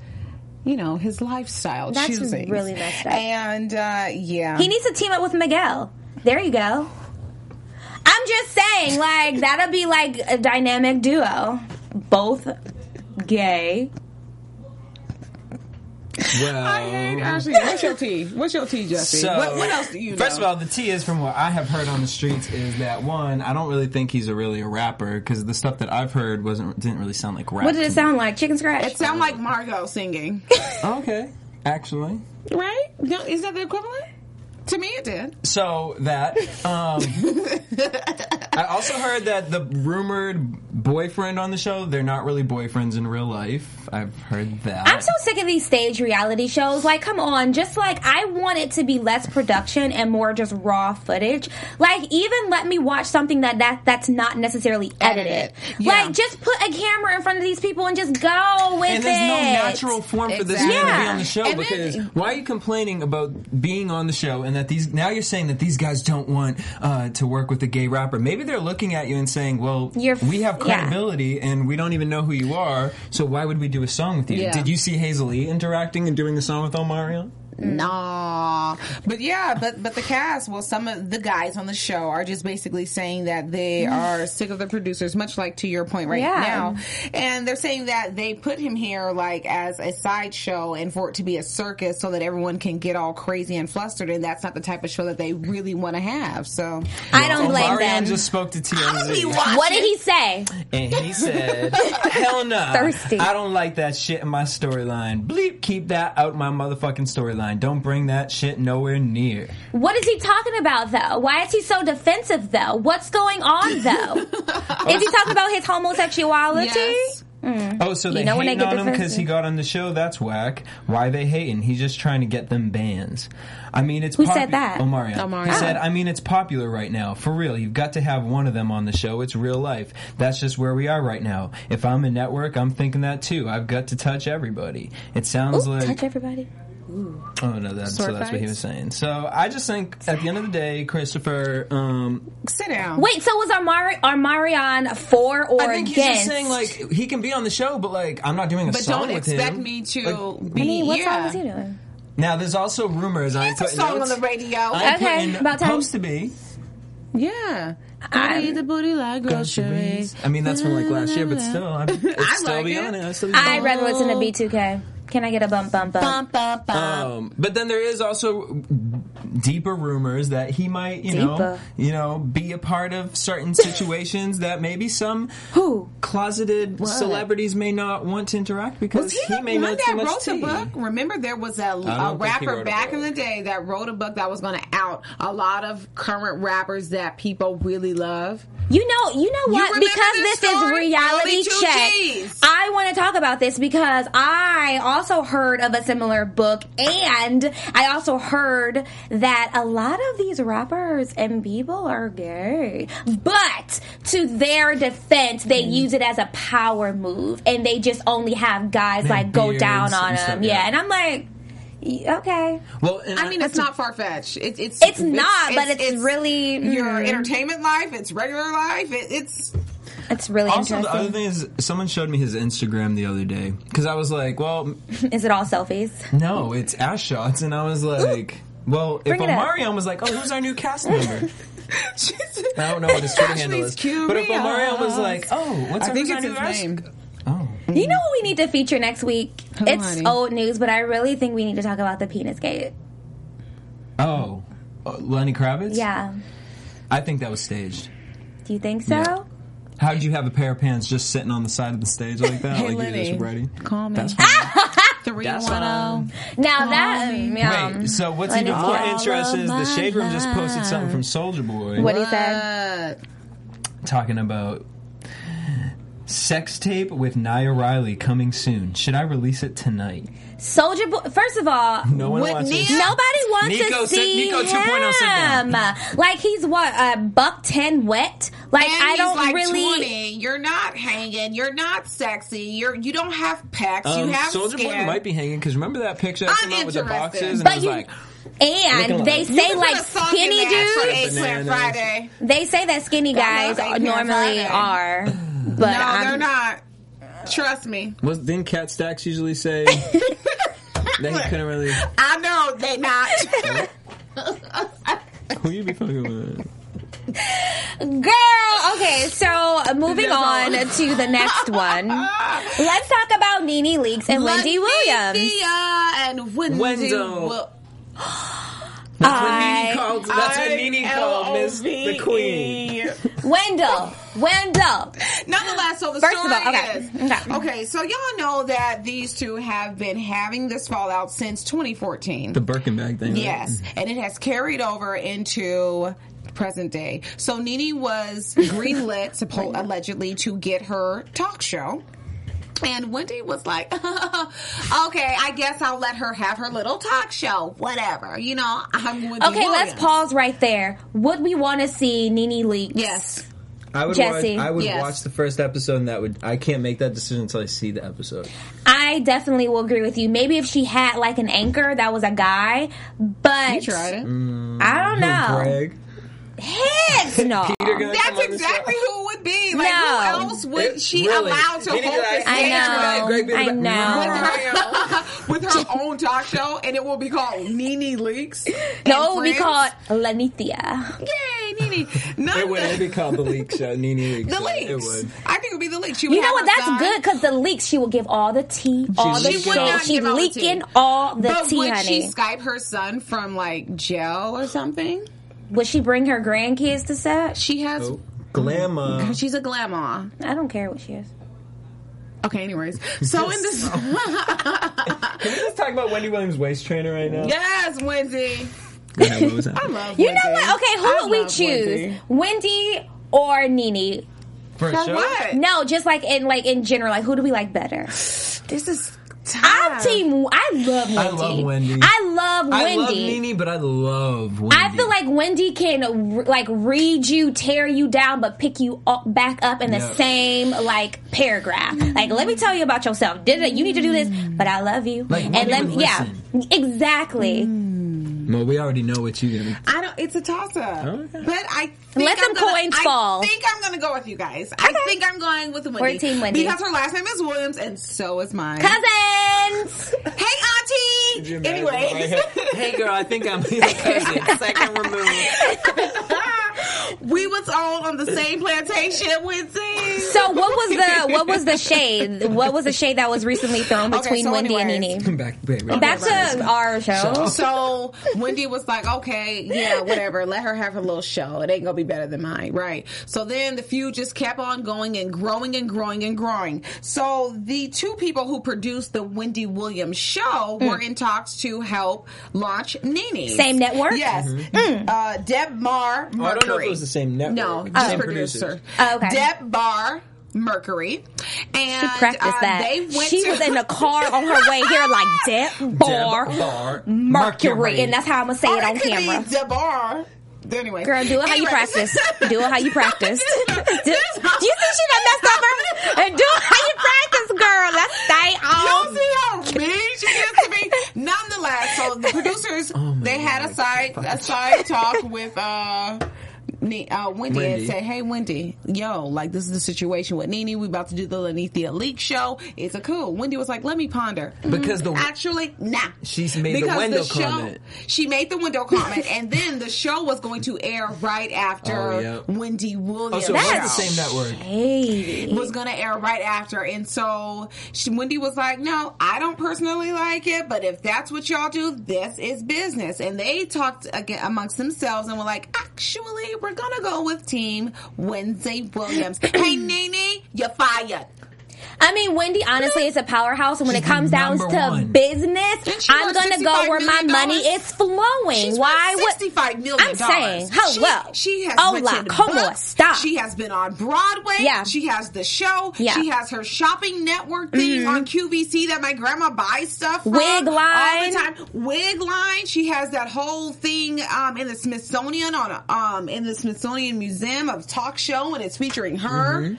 [SPEAKER 6] know his lifestyle
[SPEAKER 3] That's
[SPEAKER 6] choosings.
[SPEAKER 3] really messed up.
[SPEAKER 6] and uh, yeah,
[SPEAKER 3] He needs to team up with Miguel. There you go. I'm just saying, like, that'll be like a dynamic duo. Both gay.
[SPEAKER 6] I hate
[SPEAKER 3] uh,
[SPEAKER 4] Well.
[SPEAKER 6] Ashley. What's your tea? What's your tea, Jesse?
[SPEAKER 4] So,
[SPEAKER 6] what, what else do you?
[SPEAKER 4] First
[SPEAKER 6] know?
[SPEAKER 4] of all, the T is from what I have heard on the streets is that one, I don't really think he's a really a rapper because the stuff that I've heard wasn't didn't really sound like rap.
[SPEAKER 3] What did
[SPEAKER 4] to
[SPEAKER 3] it
[SPEAKER 4] me.
[SPEAKER 3] sound like? Chicken scratch?
[SPEAKER 6] it sound like Margot singing,
[SPEAKER 4] Okay, actually,
[SPEAKER 6] right? No, is that the equivalent? To me, it did.
[SPEAKER 4] so that um, I also heard that the rumored boyfriend on the show they're not really boyfriends in real life. I've heard that.
[SPEAKER 3] I'm so sick of these stage reality shows. Like, come on. Just like, I want it to be less production and more just raw footage. Like, even let me watch something that, that that's not necessarily edited.
[SPEAKER 6] Edited. Yeah.
[SPEAKER 3] Like, just put a camera in front of these people and just go with
[SPEAKER 4] and there's no
[SPEAKER 3] it.
[SPEAKER 4] natural form for this
[SPEAKER 6] Exactly.
[SPEAKER 4] man to be
[SPEAKER 3] Yeah.
[SPEAKER 4] on the show
[SPEAKER 6] And
[SPEAKER 4] because
[SPEAKER 6] then-
[SPEAKER 4] why are you complaining about being on the show and that these now you're saying that these guys don't want uh, to work with a gay rapper maybe they're looking at you and saying well
[SPEAKER 3] You're f-
[SPEAKER 4] we have
[SPEAKER 3] yeah.
[SPEAKER 4] credibility and we don't even know who you are so why would we do a song with you
[SPEAKER 6] Yeah.
[SPEAKER 4] did you see Hazel E interacting and doing a song with Omarion
[SPEAKER 3] Mm.
[SPEAKER 6] Nah, but yeah, but but the cast, well, some of the guys on the show are just basically saying that they are sick of the producers, much like to your point
[SPEAKER 3] Mm.
[SPEAKER 6] right
[SPEAKER 3] Yeah.
[SPEAKER 6] now, and they're saying that they put him here like as a sideshow and for it to be a circus so that everyone can get all crazy and flustered, and that's not the type of show that they really want to have. So
[SPEAKER 3] I don't blame
[SPEAKER 4] Omarion
[SPEAKER 3] them.
[SPEAKER 4] just spoke to TMZ
[SPEAKER 3] what did he say?
[SPEAKER 4] and he said, "Hell no,
[SPEAKER 3] Thirsty.
[SPEAKER 4] I don't like that shit in my storyline. Bleep, keep that out my motherfucking storyline. Don't bring that shit nowhere near."
[SPEAKER 3] What is he talking about though? Why is he so defensive though? What's going on though? is he talking about his homosexuality?
[SPEAKER 6] yes,
[SPEAKER 4] Oh, so they
[SPEAKER 3] Mm-hmm. know when they
[SPEAKER 4] hating
[SPEAKER 3] get
[SPEAKER 4] on him because
[SPEAKER 3] defensive.
[SPEAKER 4] he got on the show? That's whack. Why they hating? He's just trying to get them bans. I mean, it's
[SPEAKER 3] Who said that?
[SPEAKER 4] Omarion.
[SPEAKER 6] Omarion.
[SPEAKER 4] He said, "I mean, it's popular right now. For real, you've got to have one of them on the show. It's real life. That's just where we are right now. If I'm a network, I'm thinking that too. I've got to touch everybody. It sounds
[SPEAKER 3] Ooh,
[SPEAKER 4] like
[SPEAKER 3] touch everybody.
[SPEAKER 4] Oh no, that's so
[SPEAKER 6] Sword
[SPEAKER 4] that's what he
[SPEAKER 6] fights?
[SPEAKER 4] was saying. So I just think at the end of the day, Christopher. Um,
[SPEAKER 6] sit down.
[SPEAKER 3] Wait, so was Armari- Armarion for or
[SPEAKER 4] I think he's
[SPEAKER 3] against?
[SPEAKER 4] just saying like he can be on the show, but like I'm not doing a
[SPEAKER 6] but
[SPEAKER 4] song
[SPEAKER 6] don't
[SPEAKER 4] with
[SPEAKER 6] expect
[SPEAKER 4] him.
[SPEAKER 6] me to be.
[SPEAKER 3] I mean, what
[SPEAKER 6] yeah.
[SPEAKER 3] song was he doing?
[SPEAKER 4] Now there's also rumors. I
[SPEAKER 6] It's a
[SPEAKER 4] put
[SPEAKER 6] song
[SPEAKER 4] notes.
[SPEAKER 6] on the radio.
[SPEAKER 4] I
[SPEAKER 3] Okay,
[SPEAKER 4] put in
[SPEAKER 3] about time.
[SPEAKER 4] Supposed to be.
[SPEAKER 6] Yeah.
[SPEAKER 3] I'm-
[SPEAKER 6] I need the booty like groceries.
[SPEAKER 4] I mean, that's from like last year, but still, I'm, it's still
[SPEAKER 6] like it.
[SPEAKER 4] beyond it. It's still
[SPEAKER 3] I'd
[SPEAKER 4] beyond
[SPEAKER 3] rather listen to B2K. Can I get a bump, bump, bump?
[SPEAKER 6] Bum, bum, bum.
[SPEAKER 4] Um, but then there is also deeper rumors that he might, you know,
[SPEAKER 3] Deeper.
[SPEAKER 4] you know, be a part of certain situations that maybe some
[SPEAKER 3] Who?
[SPEAKER 4] closeted celebrities may not want to interact because
[SPEAKER 6] Was he,
[SPEAKER 4] he,
[SPEAKER 6] the
[SPEAKER 4] may
[SPEAKER 6] one
[SPEAKER 4] not too
[SPEAKER 6] that
[SPEAKER 4] much
[SPEAKER 6] wrote the
[SPEAKER 4] tea.
[SPEAKER 6] book? Remember, there was a, a
[SPEAKER 4] think he wrote
[SPEAKER 6] rapper
[SPEAKER 4] a
[SPEAKER 6] back
[SPEAKER 4] book.
[SPEAKER 6] in the day that wrote a book that was going to out a lot of current rappers that people really love.
[SPEAKER 3] You know, you know what?
[SPEAKER 6] remember
[SPEAKER 3] because
[SPEAKER 6] this
[SPEAKER 3] this, is
[SPEAKER 6] story? Only
[SPEAKER 3] reality
[SPEAKER 6] two
[SPEAKER 3] check.
[SPEAKER 6] Gs.
[SPEAKER 3] I want to talk about this because I also heard of a similar book, and I also heard that a lot of these rappers and people are gay. But to their defense, they
[SPEAKER 4] Mm.
[SPEAKER 3] use it as a power move, and they just only have guys like go
[SPEAKER 4] beards
[SPEAKER 3] down
[SPEAKER 4] and
[SPEAKER 3] on
[SPEAKER 4] stuff,
[SPEAKER 3] them.
[SPEAKER 4] yeah.
[SPEAKER 3] yeah, and I'm like, y- okay.
[SPEAKER 4] Well, and
[SPEAKER 6] I mean, it's not far fetched. It, it's,
[SPEAKER 3] It's not, but it's really-
[SPEAKER 6] your
[SPEAKER 4] Mm-hmm.
[SPEAKER 3] mm.
[SPEAKER 6] entertainment life. It's regular life. It, it's
[SPEAKER 3] It's really
[SPEAKER 4] Also, the
[SPEAKER 3] interesting.
[SPEAKER 4] other thing is, someone showed me his Instagram the other day because I was like, "Well,
[SPEAKER 3] is it all selfies?
[SPEAKER 4] no, it's ass shots," and I was like, "Well, if
[SPEAKER 3] Bring it up.
[SPEAKER 4] Omarion was like, oh, who's our new cast member?" I don't know what his Twitter handle is,
[SPEAKER 6] Ashley's curious.
[SPEAKER 4] but if Omarion was like, "Oh, what's
[SPEAKER 6] I
[SPEAKER 4] our,
[SPEAKER 6] think
[SPEAKER 4] who's
[SPEAKER 6] it's his
[SPEAKER 4] our new ass-
[SPEAKER 6] name.
[SPEAKER 4] Oh,
[SPEAKER 3] You know what we need to feature next week?
[SPEAKER 6] Who,
[SPEAKER 3] it's
[SPEAKER 6] honey?
[SPEAKER 3] old news, but I really think we need to talk about the penis gate.
[SPEAKER 4] Oh, uh, Lenny Kravitz?
[SPEAKER 3] Yeah.
[SPEAKER 4] I think that was staged.
[SPEAKER 3] Do you think so?
[SPEAKER 4] Yeah. How would you have a pair of pants just sitting on the side of the stage like that?
[SPEAKER 6] Hey,
[SPEAKER 4] like you
[SPEAKER 6] Lenny.
[SPEAKER 4] just ready?
[SPEAKER 6] Call me.
[SPEAKER 4] That's fine.
[SPEAKER 6] Three
[SPEAKER 4] That's
[SPEAKER 6] one oh. zero.
[SPEAKER 3] Now that um, yeah.
[SPEAKER 4] Wait, so what's
[SPEAKER 3] Lenny's
[SPEAKER 4] even more
[SPEAKER 3] cute.
[SPEAKER 4] interesting is the Shade Room just posted something from Soldier Boy
[SPEAKER 3] What he said?
[SPEAKER 6] Uh,
[SPEAKER 4] talking about sex tape with Nia Riley coming soon. Should I release it tonight?
[SPEAKER 3] Soldier Boy. First of all,
[SPEAKER 4] No one
[SPEAKER 6] What,
[SPEAKER 4] watches.
[SPEAKER 6] Nia?
[SPEAKER 3] nobody wants
[SPEAKER 4] Nico
[SPEAKER 3] to
[SPEAKER 4] sit-
[SPEAKER 3] see
[SPEAKER 4] Nico 2.0 sit
[SPEAKER 3] him. Like he's what a buck ten wet. Like
[SPEAKER 6] and
[SPEAKER 3] I
[SPEAKER 6] he's
[SPEAKER 3] don't
[SPEAKER 6] like
[SPEAKER 3] really.
[SPEAKER 6] 20. You're not hanging. You're not sexy. You're you don't have pecs. you
[SPEAKER 4] Um,
[SPEAKER 6] have
[SPEAKER 4] Soldier Boy
[SPEAKER 6] skin.
[SPEAKER 4] might be hanging because remember that picture that came out with the
[SPEAKER 6] Uninterested.
[SPEAKER 4] boxes and
[SPEAKER 3] But
[SPEAKER 4] it was
[SPEAKER 3] you-
[SPEAKER 4] like Looking
[SPEAKER 3] And they
[SPEAKER 4] like-
[SPEAKER 6] You
[SPEAKER 3] say
[SPEAKER 6] can
[SPEAKER 3] like
[SPEAKER 6] put a song in
[SPEAKER 3] skinny
[SPEAKER 6] there for
[SPEAKER 3] dudes.
[SPEAKER 6] Ace Land
[SPEAKER 4] Bananas.
[SPEAKER 6] Friday.
[SPEAKER 3] They say that skinny
[SPEAKER 6] I know
[SPEAKER 3] guys
[SPEAKER 6] they can't
[SPEAKER 3] normally
[SPEAKER 6] find it.
[SPEAKER 3] are, but
[SPEAKER 6] No,
[SPEAKER 3] I'm,
[SPEAKER 6] they're not. Trust me.
[SPEAKER 4] was didn't Cat Stacks usually say that he couldn't really
[SPEAKER 6] I know they not.
[SPEAKER 4] who you be fucking with?
[SPEAKER 3] Girl, okay, so moving on to the next one. Let's talk about Nene Leakes and Wendy Williams.
[SPEAKER 6] Leticia and Wendy.
[SPEAKER 4] Wenzel.
[SPEAKER 6] Wil-
[SPEAKER 3] I-
[SPEAKER 4] called, that's what Nene called Miss
[SPEAKER 6] E.
[SPEAKER 4] the Queen.
[SPEAKER 3] Wendell, Wendell.
[SPEAKER 6] Nonetheless, so the
[SPEAKER 3] First of
[SPEAKER 6] story
[SPEAKER 3] all, okay,
[SPEAKER 6] is
[SPEAKER 3] okay.
[SPEAKER 6] okay. So y'all know that these two have been having this fallout since 2014.
[SPEAKER 4] The Birkenbag thing. right?
[SPEAKER 6] Yes,
[SPEAKER 3] Mm-hmm.
[SPEAKER 6] and it has carried over into present day. So Nene was greenlit, suppo- allegedly, to get her talk show. And Wendy was like, okay, I guess I'll let her have her little talk show. Whatever. You know, I'm Wendy
[SPEAKER 3] Okay, let's
[SPEAKER 6] Williams.
[SPEAKER 3] pause right there. Would we want to see Nene Leakes?
[SPEAKER 6] Yes.
[SPEAKER 4] I would
[SPEAKER 3] Jesse.
[SPEAKER 4] watch. I would
[SPEAKER 6] Yes.
[SPEAKER 4] watch the first episode, and that would. I can't make that decision until I see the episode.
[SPEAKER 3] I definitely will agree with you. Maybe if she had like an anchor that was a guy, but
[SPEAKER 6] You tried it.
[SPEAKER 4] Mm-hmm.
[SPEAKER 3] I don't know.
[SPEAKER 4] Greg,
[SPEAKER 3] Heck no.
[SPEAKER 4] Peter gonna come
[SPEAKER 6] That's
[SPEAKER 4] on the
[SPEAKER 6] exactly
[SPEAKER 4] show?
[SPEAKER 6] who it would be. Like,
[SPEAKER 3] No.
[SPEAKER 6] who else would
[SPEAKER 4] It-
[SPEAKER 6] she
[SPEAKER 4] really,
[SPEAKER 6] allow to
[SPEAKER 4] Nene
[SPEAKER 6] hold the
[SPEAKER 4] like,
[SPEAKER 3] I
[SPEAKER 6] stage
[SPEAKER 3] know.
[SPEAKER 6] with?
[SPEAKER 4] Greg be
[SPEAKER 3] I
[SPEAKER 4] like,
[SPEAKER 3] know.
[SPEAKER 6] with her own talk show, and it will be called Nene Leaks.
[SPEAKER 3] No, we
[SPEAKER 6] Friends.
[SPEAKER 3] call it Lenithia.
[SPEAKER 6] Yay, Nene. None
[SPEAKER 4] It would. It'd be called the leak show. Nene leak.
[SPEAKER 6] the
[SPEAKER 4] show. It
[SPEAKER 6] leaks.
[SPEAKER 4] would.
[SPEAKER 6] I think it would be the leaks. She would
[SPEAKER 3] You know
[SPEAKER 6] have
[SPEAKER 3] what?
[SPEAKER 6] her
[SPEAKER 3] That's
[SPEAKER 6] son.
[SPEAKER 3] good because the leaks, she will give all the tea, all the
[SPEAKER 4] She
[SPEAKER 3] tea.
[SPEAKER 4] would not
[SPEAKER 3] She
[SPEAKER 6] give all the tea.
[SPEAKER 3] leaking all the
[SPEAKER 6] But
[SPEAKER 3] tea,
[SPEAKER 6] would
[SPEAKER 3] honey.
[SPEAKER 6] she Skype her son from like jail or something?
[SPEAKER 3] would she bring her grandkids to set?
[SPEAKER 6] She has.
[SPEAKER 4] Oh, glamour.
[SPEAKER 6] She's a glamour.
[SPEAKER 3] I don't care what she is.
[SPEAKER 6] Okay, anyways. So in this,
[SPEAKER 4] Let's talk about Wendy Williams' waist trainer right now.
[SPEAKER 6] yes, Wendy.
[SPEAKER 4] Yeah, what was that?
[SPEAKER 6] I love
[SPEAKER 3] You
[SPEAKER 6] Wendy.
[SPEAKER 3] know what? Okay, who
[SPEAKER 6] I
[SPEAKER 3] would we
[SPEAKER 6] love
[SPEAKER 3] choose?
[SPEAKER 6] Wendy.
[SPEAKER 3] Wendy or Nene?
[SPEAKER 4] For a
[SPEAKER 6] For
[SPEAKER 4] show?
[SPEAKER 6] what?
[SPEAKER 3] No, just like in like in general, like who do we like better?
[SPEAKER 6] This is. Time.
[SPEAKER 3] I'm team. I love Wendy.
[SPEAKER 4] I love Wendy.
[SPEAKER 3] I love
[SPEAKER 4] I love
[SPEAKER 3] Wendy.
[SPEAKER 4] Nene, but I love Wendy.
[SPEAKER 3] I feel like Wendy can r- like read you, tear you down, but pick you up, back up in the
[SPEAKER 4] Yeah.
[SPEAKER 3] same like paragraph. Like, let me tell you about yourself. Did it? You need to do this, but I love you.
[SPEAKER 4] Like, Wendy
[SPEAKER 3] let
[SPEAKER 4] would
[SPEAKER 3] yeah,
[SPEAKER 4] listen.
[SPEAKER 3] exactly.
[SPEAKER 6] Mm.
[SPEAKER 4] Well, we already know what you're gonna.
[SPEAKER 6] I don't. It's a toss up.
[SPEAKER 4] Okay.
[SPEAKER 6] But I think
[SPEAKER 3] Let
[SPEAKER 6] I'm
[SPEAKER 3] them
[SPEAKER 6] gonna-
[SPEAKER 3] coins
[SPEAKER 6] I
[SPEAKER 3] fall.
[SPEAKER 6] think I'm going to go with you guys. I think I'm going with Wendy.
[SPEAKER 3] We're team Wendy.
[SPEAKER 6] because her last name is Williams, and so is mine.
[SPEAKER 3] Cousins.
[SPEAKER 6] Hey, Auntie. Anyway,
[SPEAKER 4] hey girl, I think I'm your cousin. Second removed.
[SPEAKER 6] We was all on the same plantation with Z.
[SPEAKER 3] So what was the what was the shade? What was the shade that was recently thrown
[SPEAKER 6] Okay,
[SPEAKER 3] between
[SPEAKER 6] so
[SPEAKER 3] Wendy and
[SPEAKER 6] anyways.
[SPEAKER 3] Nene?
[SPEAKER 4] Back, baby.
[SPEAKER 3] Back to our show. Oh.
[SPEAKER 6] So Wendy was like, okay, yeah, whatever. Let her have her little show. It ain't gonna be better than mine, right? So then the feud just kept on going and growing and growing and growing. So the two people who produced the Wendy Williams show were in talks to help launch Nene.
[SPEAKER 3] Hmm. Same network? Mm-hmm.
[SPEAKER 6] Yes. Uh, Deb Mar Mercury.
[SPEAKER 4] Oh, I don't know if it was the same network.
[SPEAKER 6] No,
[SPEAKER 4] Same
[SPEAKER 6] just
[SPEAKER 4] producers.
[SPEAKER 6] producer.
[SPEAKER 3] Oh, okay.
[SPEAKER 6] Deb Barr Mercury. And
[SPEAKER 3] She practiced
[SPEAKER 6] uh,
[SPEAKER 3] that.
[SPEAKER 6] They went
[SPEAKER 3] she
[SPEAKER 6] to-
[SPEAKER 3] was in a car on her way here, like Deb Bar
[SPEAKER 4] Deb Barr
[SPEAKER 3] Mercury,
[SPEAKER 4] Mercury.
[SPEAKER 3] and that's how I'm gonna say
[SPEAKER 6] Or
[SPEAKER 3] it on
[SPEAKER 6] Oh, could be
[SPEAKER 3] camera.
[SPEAKER 6] Deb Barr. Anyway,
[SPEAKER 3] Girl, do it how you
[SPEAKER 6] Anyways.
[SPEAKER 3] practice. Do it how you practice. do, do you see
[SPEAKER 6] this-
[SPEAKER 3] she that messed up her? Do it how you practice, girl. Let's stay
[SPEAKER 6] You
[SPEAKER 3] on.
[SPEAKER 6] see how mean she gets to me. Nonetheless, so the
[SPEAKER 4] Oh
[SPEAKER 6] producers they had a side a side talk with uh, Ne- uh Wendy, and
[SPEAKER 4] Wendy.
[SPEAKER 6] said, "Hey Wendy, yo, like this is the situation with Nene. We about to do the Lanithia leak show. It's a cool." Wendy was like, "Let me ponder." Mm-hmm.
[SPEAKER 4] Because the-
[SPEAKER 6] actually nah,
[SPEAKER 4] She's made the window
[SPEAKER 6] show,
[SPEAKER 4] comment.
[SPEAKER 6] She made the window comment, and then the show was going to air right after
[SPEAKER 4] Oh, yep.
[SPEAKER 6] Wendy Williams.
[SPEAKER 4] Oh, so it was the same network.
[SPEAKER 3] Hey.
[SPEAKER 6] was gonna air right after, and so she, Wendy was like, "No, I don't personally like it, but if that's what y'all do, this is business." And they talked again amongst themselves and were like, "Actually, we're gonna go with Team Wednesday Williams." hey, Nene, you're fired.
[SPEAKER 3] I mean, Wendy honestly is a powerhouse, and when it
[SPEAKER 4] She's
[SPEAKER 3] comes down to
[SPEAKER 4] number one.
[SPEAKER 3] business,
[SPEAKER 6] she
[SPEAKER 3] I'm
[SPEAKER 6] worth
[SPEAKER 3] gonna go
[SPEAKER 6] $65
[SPEAKER 3] where my
[SPEAKER 6] million?
[SPEAKER 3] money is flowing.
[SPEAKER 6] She's
[SPEAKER 3] Why
[SPEAKER 6] worth
[SPEAKER 3] would?
[SPEAKER 6] sixty-five million?
[SPEAKER 3] I'm saying, oh,
[SPEAKER 6] dollars.
[SPEAKER 3] hello.
[SPEAKER 6] She, she has
[SPEAKER 3] Hola,
[SPEAKER 6] written
[SPEAKER 3] como
[SPEAKER 6] books.
[SPEAKER 3] esta?
[SPEAKER 6] She has been on Broadway.
[SPEAKER 3] Yeah.
[SPEAKER 6] She has the show.
[SPEAKER 3] Yeah. Mm-hmm.
[SPEAKER 6] She has her shopping network thing on QVC that my grandma buys stuff from
[SPEAKER 3] Wig
[SPEAKER 6] all
[SPEAKER 3] line.
[SPEAKER 6] the time. Wig line. She has that whole thing um, in the Smithsonian on a, um, in the Smithsonian Museum of talk show, and it's featuring her.
[SPEAKER 3] Mm-hmm.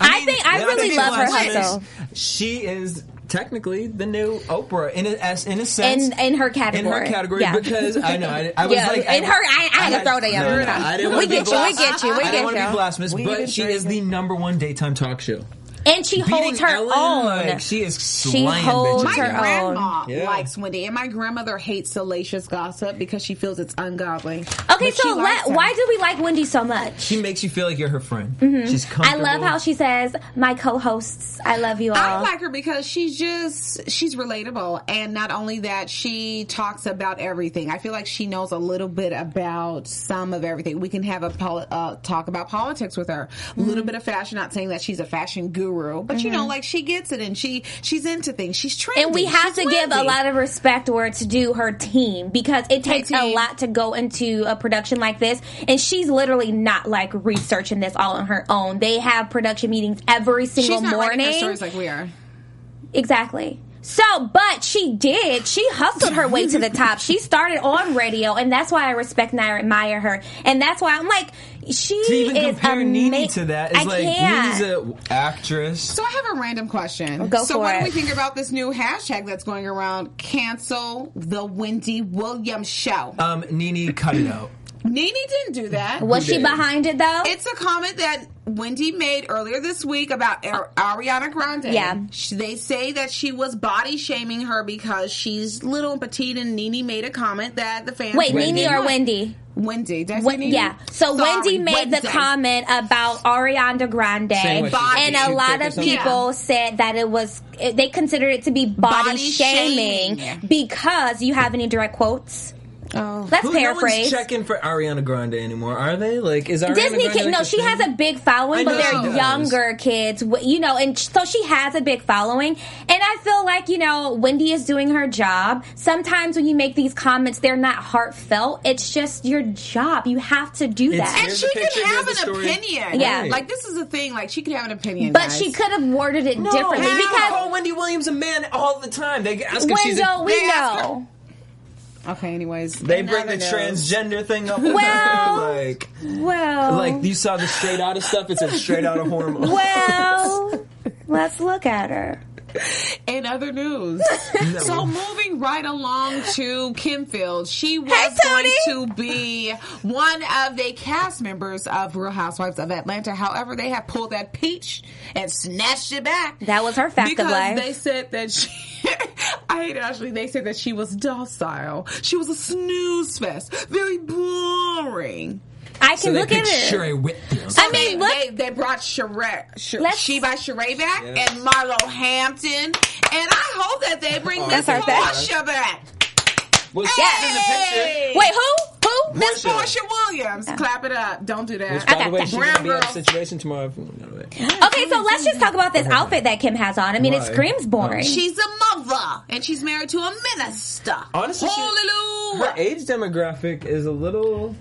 [SPEAKER 3] I, think I really love her
[SPEAKER 4] Gladstone is-
[SPEAKER 3] hustle
[SPEAKER 4] She is technically the new Oprah in a, as- in a sense.
[SPEAKER 3] in in her
[SPEAKER 4] in
[SPEAKER 3] category.
[SPEAKER 4] her category
[SPEAKER 3] yeah.
[SPEAKER 4] because I know I, I was
[SPEAKER 3] Yeah,
[SPEAKER 4] like
[SPEAKER 3] in her- I- I had to throw that
[SPEAKER 4] no,
[SPEAKER 3] in.
[SPEAKER 4] no, no, I didn't
[SPEAKER 3] We
[SPEAKER 4] wanna be
[SPEAKER 3] get you, we
[SPEAKER 4] blas-
[SPEAKER 3] get you, we
[SPEAKER 4] I
[SPEAKER 3] get
[SPEAKER 4] didn't want to
[SPEAKER 3] you.
[SPEAKER 4] be blasphemous,
[SPEAKER 6] We
[SPEAKER 4] but
[SPEAKER 6] didn't
[SPEAKER 4] she
[SPEAKER 6] drink
[SPEAKER 4] is the number one daytime talk show.
[SPEAKER 3] and she holds
[SPEAKER 4] Beating
[SPEAKER 3] her
[SPEAKER 4] Ellen,
[SPEAKER 3] own.
[SPEAKER 4] like, she is
[SPEAKER 3] she
[SPEAKER 4] slaying
[SPEAKER 3] holds
[SPEAKER 6] My
[SPEAKER 4] bitches.
[SPEAKER 3] her own.
[SPEAKER 6] grandma
[SPEAKER 4] Yeah.
[SPEAKER 6] likes Wendy, and my grandmother hates salacious gossip because she feels it's ungodly.
[SPEAKER 3] Okay,
[SPEAKER 6] But she
[SPEAKER 3] so
[SPEAKER 6] likes
[SPEAKER 3] let,
[SPEAKER 6] her.
[SPEAKER 3] why do we like Wendy so much?
[SPEAKER 4] She makes you feel like you're her friend. She's
[SPEAKER 3] Mm-hmm. I
[SPEAKER 4] comfortable.
[SPEAKER 3] love how she says, "My co-hosts, I love you all."
[SPEAKER 6] I like her because she's just she's relatable, and not only that, she talks about everything. I feel like she knows a little bit about some of everything. We can have a poli- uh, talk about politics with her, a
[SPEAKER 3] Mm-hmm.
[SPEAKER 6] little bit of fashion. Not saying that she's a fashion guru, but you know, like she gets it, and she she's into things. She's trendy,
[SPEAKER 3] and we have
[SPEAKER 6] She's
[SPEAKER 3] to give a
[SPEAKER 6] trendy.
[SPEAKER 3] lot of respect where it's due her team because it takes a
[SPEAKER 6] team.
[SPEAKER 3] lot to go into a production like this and she's literally not like researching this all on her own they have production meetings every
[SPEAKER 6] She's
[SPEAKER 3] single
[SPEAKER 6] not writing her
[SPEAKER 3] morning
[SPEAKER 6] stories like we are.
[SPEAKER 3] exactly so but she did she hustled her way to the top she started on radio and that's why i respect and i admire her and that's why i'm like she
[SPEAKER 4] to even
[SPEAKER 3] is
[SPEAKER 4] compare
[SPEAKER 3] amazing.
[SPEAKER 4] Nene to that is
[SPEAKER 3] I
[SPEAKER 4] like
[SPEAKER 3] can't.
[SPEAKER 4] Nene's an actress.
[SPEAKER 6] So I have a random question.
[SPEAKER 3] Go
[SPEAKER 6] so
[SPEAKER 3] for
[SPEAKER 6] what
[SPEAKER 3] it.
[SPEAKER 6] do we think about this new hashtag that's going around? Cancel the Wendy Williams show.
[SPEAKER 3] Uh,
[SPEAKER 4] um, Nene cut it out.
[SPEAKER 6] Nene didn't do that.
[SPEAKER 3] was she
[SPEAKER 4] did.
[SPEAKER 3] behind it though
[SPEAKER 6] It's a comment that Wendy made earlier this week about Ar- Ariana Grande.
[SPEAKER 3] Yeah.
[SPEAKER 6] She- They say that she was body shaming her because she's little and petite, and Nene made a comment that the fans.
[SPEAKER 3] wait
[SPEAKER 4] Wendy.
[SPEAKER 3] Nene or
[SPEAKER 6] didn't like.
[SPEAKER 3] wendy
[SPEAKER 6] Wendy. Did I say
[SPEAKER 3] Wen-
[SPEAKER 6] Nene?
[SPEAKER 3] yeah. So
[SPEAKER 6] Sorry,
[SPEAKER 3] Wendy made the
[SPEAKER 6] Wednesday.
[SPEAKER 3] comment about Ariana Grande,
[SPEAKER 4] Saying what she
[SPEAKER 6] Body-
[SPEAKER 3] and
[SPEAKER 4] she's
[SPEAKER 3] a lot
[SPEAKER 4] thick or
[SPEAKER 3] of
[SPEAKER 4] something?
[SPEAKER 3] people
[SPEAKER 6] Yeah.
[SPEAKER 3] said that it was it- they considered it to be body,
[SPEAKER 6] Body
[SPEAKER 3] shaming
[SPEAKER 6] shaming.
[SPEAKER 3] because you have any direct quotes.
[SPEAKER 6] Oh.
[SPEAKER 3] Let's
[SPEAKER 4] Who, no one's
[SPEAKER 3] paraphrase.
[SPEAKER 4] checking for Ariana Grande anymore, are they? Like, is Ariana
[SPEAKER 3] Disney
[SPEAKER 4] Grande
[SPEAKER 3] kid,
[SPEAKER 4] like
[SPEAKER 3] no,
[SPEAKER 4] a
[SPEAKER 3] she
[SPEAKER 4] thing?
[SPEAKER 3] has a big following,
[SPEAKER 4] I
[SPEAKER 3] but
[SPEAKER 4] know
[SPEAKER 3] they're
[SPEAKER 4] she does.
[SPEAKER 3] younger kids, wh- you know, and sh- so she has a big following. And I feel like, you know, Wendy is doing her job. Sometimes when you make these comments, they're not heartfelt. It's just your job. You have to do
[SPEAKER 4] It's-
[SPEAKER 3] that.
[SPEAKER 6] And
[SPEAKER 4] Here's
[SPEAKER 6] she
[SPEAKER 4] the
[SPEAKER 6] could
[SPEAKER 4] picture,
[SPEAKER 6] have an
[SPEAKER 4] here's the story.
[SPEAKER 6] opinion.
[SPEAKER 3] Yeah.
[SPEAKER 6] Like, this is the thing. Like, she could have an opinion.
[SPEAKER 3] But
[SPEAKER 6] guys.
[SPEAKER 3] she could have worded it differently
[SPEAKER 4] How?
[SPEAKER 3] because
[SPEAKER 4] "Oh, call Wendy Williams a man all the time. They ask if she's
[SPEAKER 3] Wendell,
[SPEAKER 4] a,
[SPEAKER 3] we
[SPEAKER 6] they ask
[SPEAKER 3] know.
[SPEAKER 6] Okay, anyways.
[SPEAKER 4] they bring the
[SPEAKER 6] Another note.
[SPEAKER 4] transgender thing up.
[SPEAKER 3] Well-
[SPEAKER 4] like,
[SPEAKER 3] Well,
[SPEAKER 4] like you saw the straight out of stuff. It's a straight out of hormone.
[SPEAKER 3] well, let's look at her.
[SPEAKER 6] In other news, so moving right along to Kim Fields, she was
[SPEAKER 3] Tony.
[SPEAKER 6] going to be one of the cast members of Real Housewives of Atlanta. However, they have pulled that peach and snatched it back.
[SPEAKER 3] That was her fact of
[SPEAKER 6] because
[SPEAKER 3] life.
[SPEAKER 6] They said that she. I hate it, Ashley. They said that she was docile. She was a snooze fest. Very boring.
[SPEAKER 3] I can
[SPEAKER 4] so they
[SPEAKER 3] look at
[SPEAKER 4] picked
[SPEAKER 3] it.
[SPEAKER 4] Sherry Whitfield.
[SPEAKER 3] I mean, look.
[SPEAKER 6] They, they brought Sheree, Sh-
[SPEAKER 3] Let's-
[SPEAKER 6] Sheba Sheree back
[SPEAKER 4] Yeah.
[SPEAKER 6] and Marlo Hampton, and I hope that they bring Miss
[SPEAKER 3] that's our thing.
[SPEAKER 6] Portia back.
[SPEAKER 4] Well, she's in the picture.
[SPEAKER 6] Hey!
[SPEAKER 3] Wait, who? Who?
[SPEAKER 6] Miss
[SPEAKER 4] Portia.
[SPEAKER 6] Portia Williams, clap it up! Don't do that.
[SPEAKER 4] Which, by
[SPEAKER 3] Okay.
[SPEAKER 4] the way, she's
[SPEAKER 6] Brown
[SPEAKER 4] gonna be on
[SPEAKER 6] girl.
[SPEAKER 4] Situation tomorrow. By
[SPEAKER 3] Okay, so let's just talk about this outfit that Kim has on. I mean, it
[SPEAKER 4] Why?
[SPEAKER 3] screams boring.
[SPEAKER 6] She's a mother, and she's married to a minister.
[SPEAKER 4] Honestly, she-
[SPEAKER 6] hallelujah!
[SPEAKER 4] Her age demographic is a little.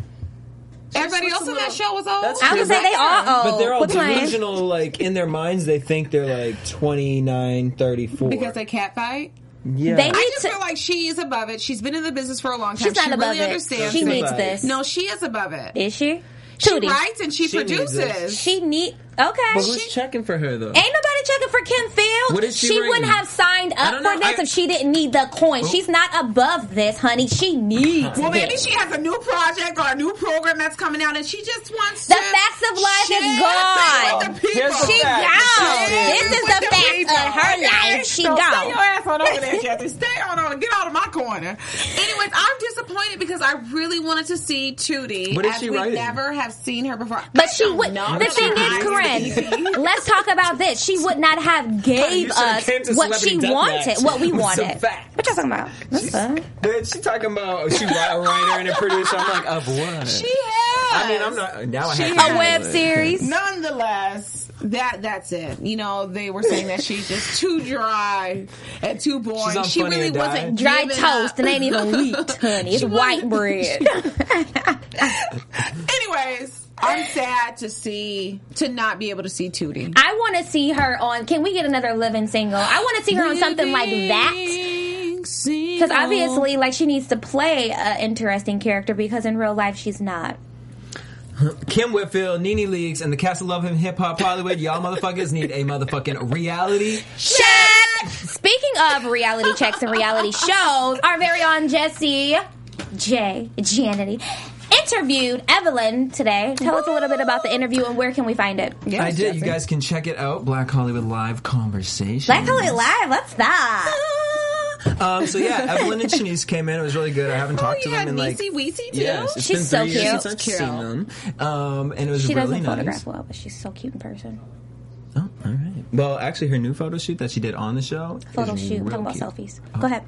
[SPEAKER 6] Everybody else on that show was old.
[SPEAKER 4] That's
[SPEAKER 3] I would say they all old.
[SPEAKER 4] But they're all
[SPEAKER 3] Oh, What's mine?
[SPEAKER 4] delusional. Like in their minds, they think they're like 29, 34.
[SPEAKER 6] because they cat fight.
[SPEAKER 4] yeah.
[SPEAKER 3] They need
[SPEAKER 6] I just
[SPEAKER 3] to-
[SPEAKER 6] feel like she is above it. She's been in the business for a long time.
[SPEAKER 3] She's not
[SPEAKER 6] she
[SPEAKER 3] above
[SPEAKER 6] really
[SPEAKER 3] it.
[SPEAKER 6] understands.
[SPEAKER 3] She
[SPEAKER 6] it.
[SPEAKER 3] needs
[SPEAKER 4] Right.
[SPEAKER 3] this.
[SPEAKER 6] No, she is above it.
[SPEAKER 3] Is she?
[SPEAKER 6] She
[SPEAKER 3] Tootie.
[SPEAKER 6] writes and she,
[SPEAKER 4] She needs it.
[SPEAKER 6] produces.
[SPEAKER 3] She need. Okay.
[SPEAKER 4] but who's
[SPEAKER 3] She-
[SPEAKER 4] checking for her though?
[SPEAKER 3] Ain't nobody checking for Kim Field.
[SPEAKER 4] What is she
[SPEAKER 3] wouldn't
[SPEAKER 4] rating?
[SPEAKER 3] have signed up for
[SPEAKER 4] don't know.
[SPEAKER 3] this
[SPEAKER 4] I- Oh.
[SPEAKER 3] if she didn't need the coin. She's not above this, honey. She needs
[SPEAKER 6] Well, maybe
[SPEAKER 3] this.
[SPEAKER 6] she has a new project or a new program that's coming out, and she just wants
[SPEAKER 3] The
[SPEAKER 6] to
[SPEAKER 3] facts of life
[SPEAKER 6] share
[SPEAKER 3] is
[SPEAKER 6] things
[SPEAKER 3] gone.
[SPEAKER 6] with the people.
[SPEAKER 4] Here's the
[SPEAKER 3] She
[SPEAKER 4] fact.
[SPEAKER 3] gone.
[SPEAKER 6] Share
[SPEAKER 3] This is
[SPEAKER 6] with
[SPEAKER 3] the fact
[SPEAKER 6] people.
[SPEAKER 3] of her
[SPEAKER 6] Okay?
[SPEAKER 3] life. She
[SPEAKER 6] So Stay
[SPEAKER 3] gone.
[SPEAKER 6] your ass on over there, Jeffrey. Stay on over. Get out of my corner. Anyways, I'm disappointed because I really wanted to see Tootie,
[SPEAKER 4] What is
[SPEAKER 6] as
[SPEAKER 4] she
[SPEAKER 6] we
[SPEAKER 4] writing?
[SPEAKER 6] never have seen her before.
[SPEAKER 3] But she would.
[SPEAKER 6] know.
[SPEAKER 3] The
[SPEAKER 6] She
[SPEAKER 3] thing is,
[SPEAKER 6] lies to
[SPEAKER 3] Corinne, let's talk about this. She would not have gave
[SPEAKER 4] You should've
[SPEAKER 3] us
[SPEAKER 4] came to
[SPEAKER 3] what she
[SPEAKER 4] Celebrity Deathmatch
[SPEAKER 3] wanted, what we
[SPEAKER 4] with some
[SPEAKER 3] wanted.
[SPEAKER 4] facts.
[SPEAKER 3] What y'all talking about? That's fine.
[SPEAKER 4] Dude, she talking about oh, she ri- a writer and a producer. I'm like, of what?
[SPEAKER 6] She has.
[SPEAKER 4] I mean, I'm not. Now I
[SPEAKER 6] She
[SPEAKER 4] have
[SPEAKER 6] has-
[SPEAKER 4] to-
[SPEAKER 3] A web series.
[SPEAKER 6] Nonetheless, that that's it. You know, they were saying that she's just too dry and too boring.
[SPEAKER 4] She's on
[SPEAKER 6] she
[SPEAKER 4] Funny
[SPEAKER 6] really
[SPEAKER 4] or Die.
[SPEAKER 6] wasn't
[SPEAKER 3] Dry
[SPEAKER 6] giving
[SPEAKER 3] toast
[SPEAKER 6] up.
[SPEAKER 3] and ain't even wheat, honey. It's white bread.
[SPEAKER 6] Anyways, I'm sad to see to not be able to see Tootie.
[SPEAKER 3] I want to see her on. Can we get another living single? I want to see her on something like that. Because
[SPEAKER 6] Because
[SPEAKER 3] obviously, like she needs to play an interesting character because in real life she's not.
[SPEAKER 4] Kim Whitfield, Nene Leakes, and the cast of Love Him Hip Hop Hollywood. Y'all motherfuckers need a motherfucking reality.
[SPEAKER 3] Check. Speaking of reality checks and reality shows, our very own Jesse J Janity interviewed Evelyn today. Tell us a little bit about the interview and where can we find it?
[SPEAKER 6] yes,
[SPEAKER 4] I did. You
[SPEAKER 6] Jeffrey.
[SPEAKER 4] guys can check it out. Black Hollywood Live Conversation.
[SPEAKER 3] Black Hollywood Live. What's that?
[SPEAKER 6] oh,
[SPEAKER 4] Um, so yeah, Evelyn and Shanice came in. It was really good. I haven't
[SPEAKER 3] Oh,
[SPEAKER 4] talked to
[SPEAKER 6] you had
[SPEAKER 4] them in like
[SPEAKER 6] Niecy Weecy too.
[SPEAKER 4] yes, it's
[SPEAKER 3] She's
[SPEAKER 4] been
[SPEAKER 3] so
[SPEAKER 4] three years
[SPEAKER 3] cute.
[SPEAKER 4] since I've
[SPEAKER 6] Cute.
[SPEAKER 4] seen them. Um, and it was
[SPEAKER 3] She
[SPEAKER 4] really
[SPEAKER 3] doesn't
[SPEAKER 4] nice.
[SPEAKER 3] photograph well, but she's so cute in person.
[SPEAKER 4] Oh, all right. Well, actually, her new photo shoot that she did on the show.
[SPEAKER 3] Photo
[SPEAKER 4] is
[SPEAKER 3] shoot.
[SPEAKER 4] real
[SPEAKER 3] Talking about
[SPEAKER 4] cute. Oh.
[SPEAKER 3] selfies. Go ahead.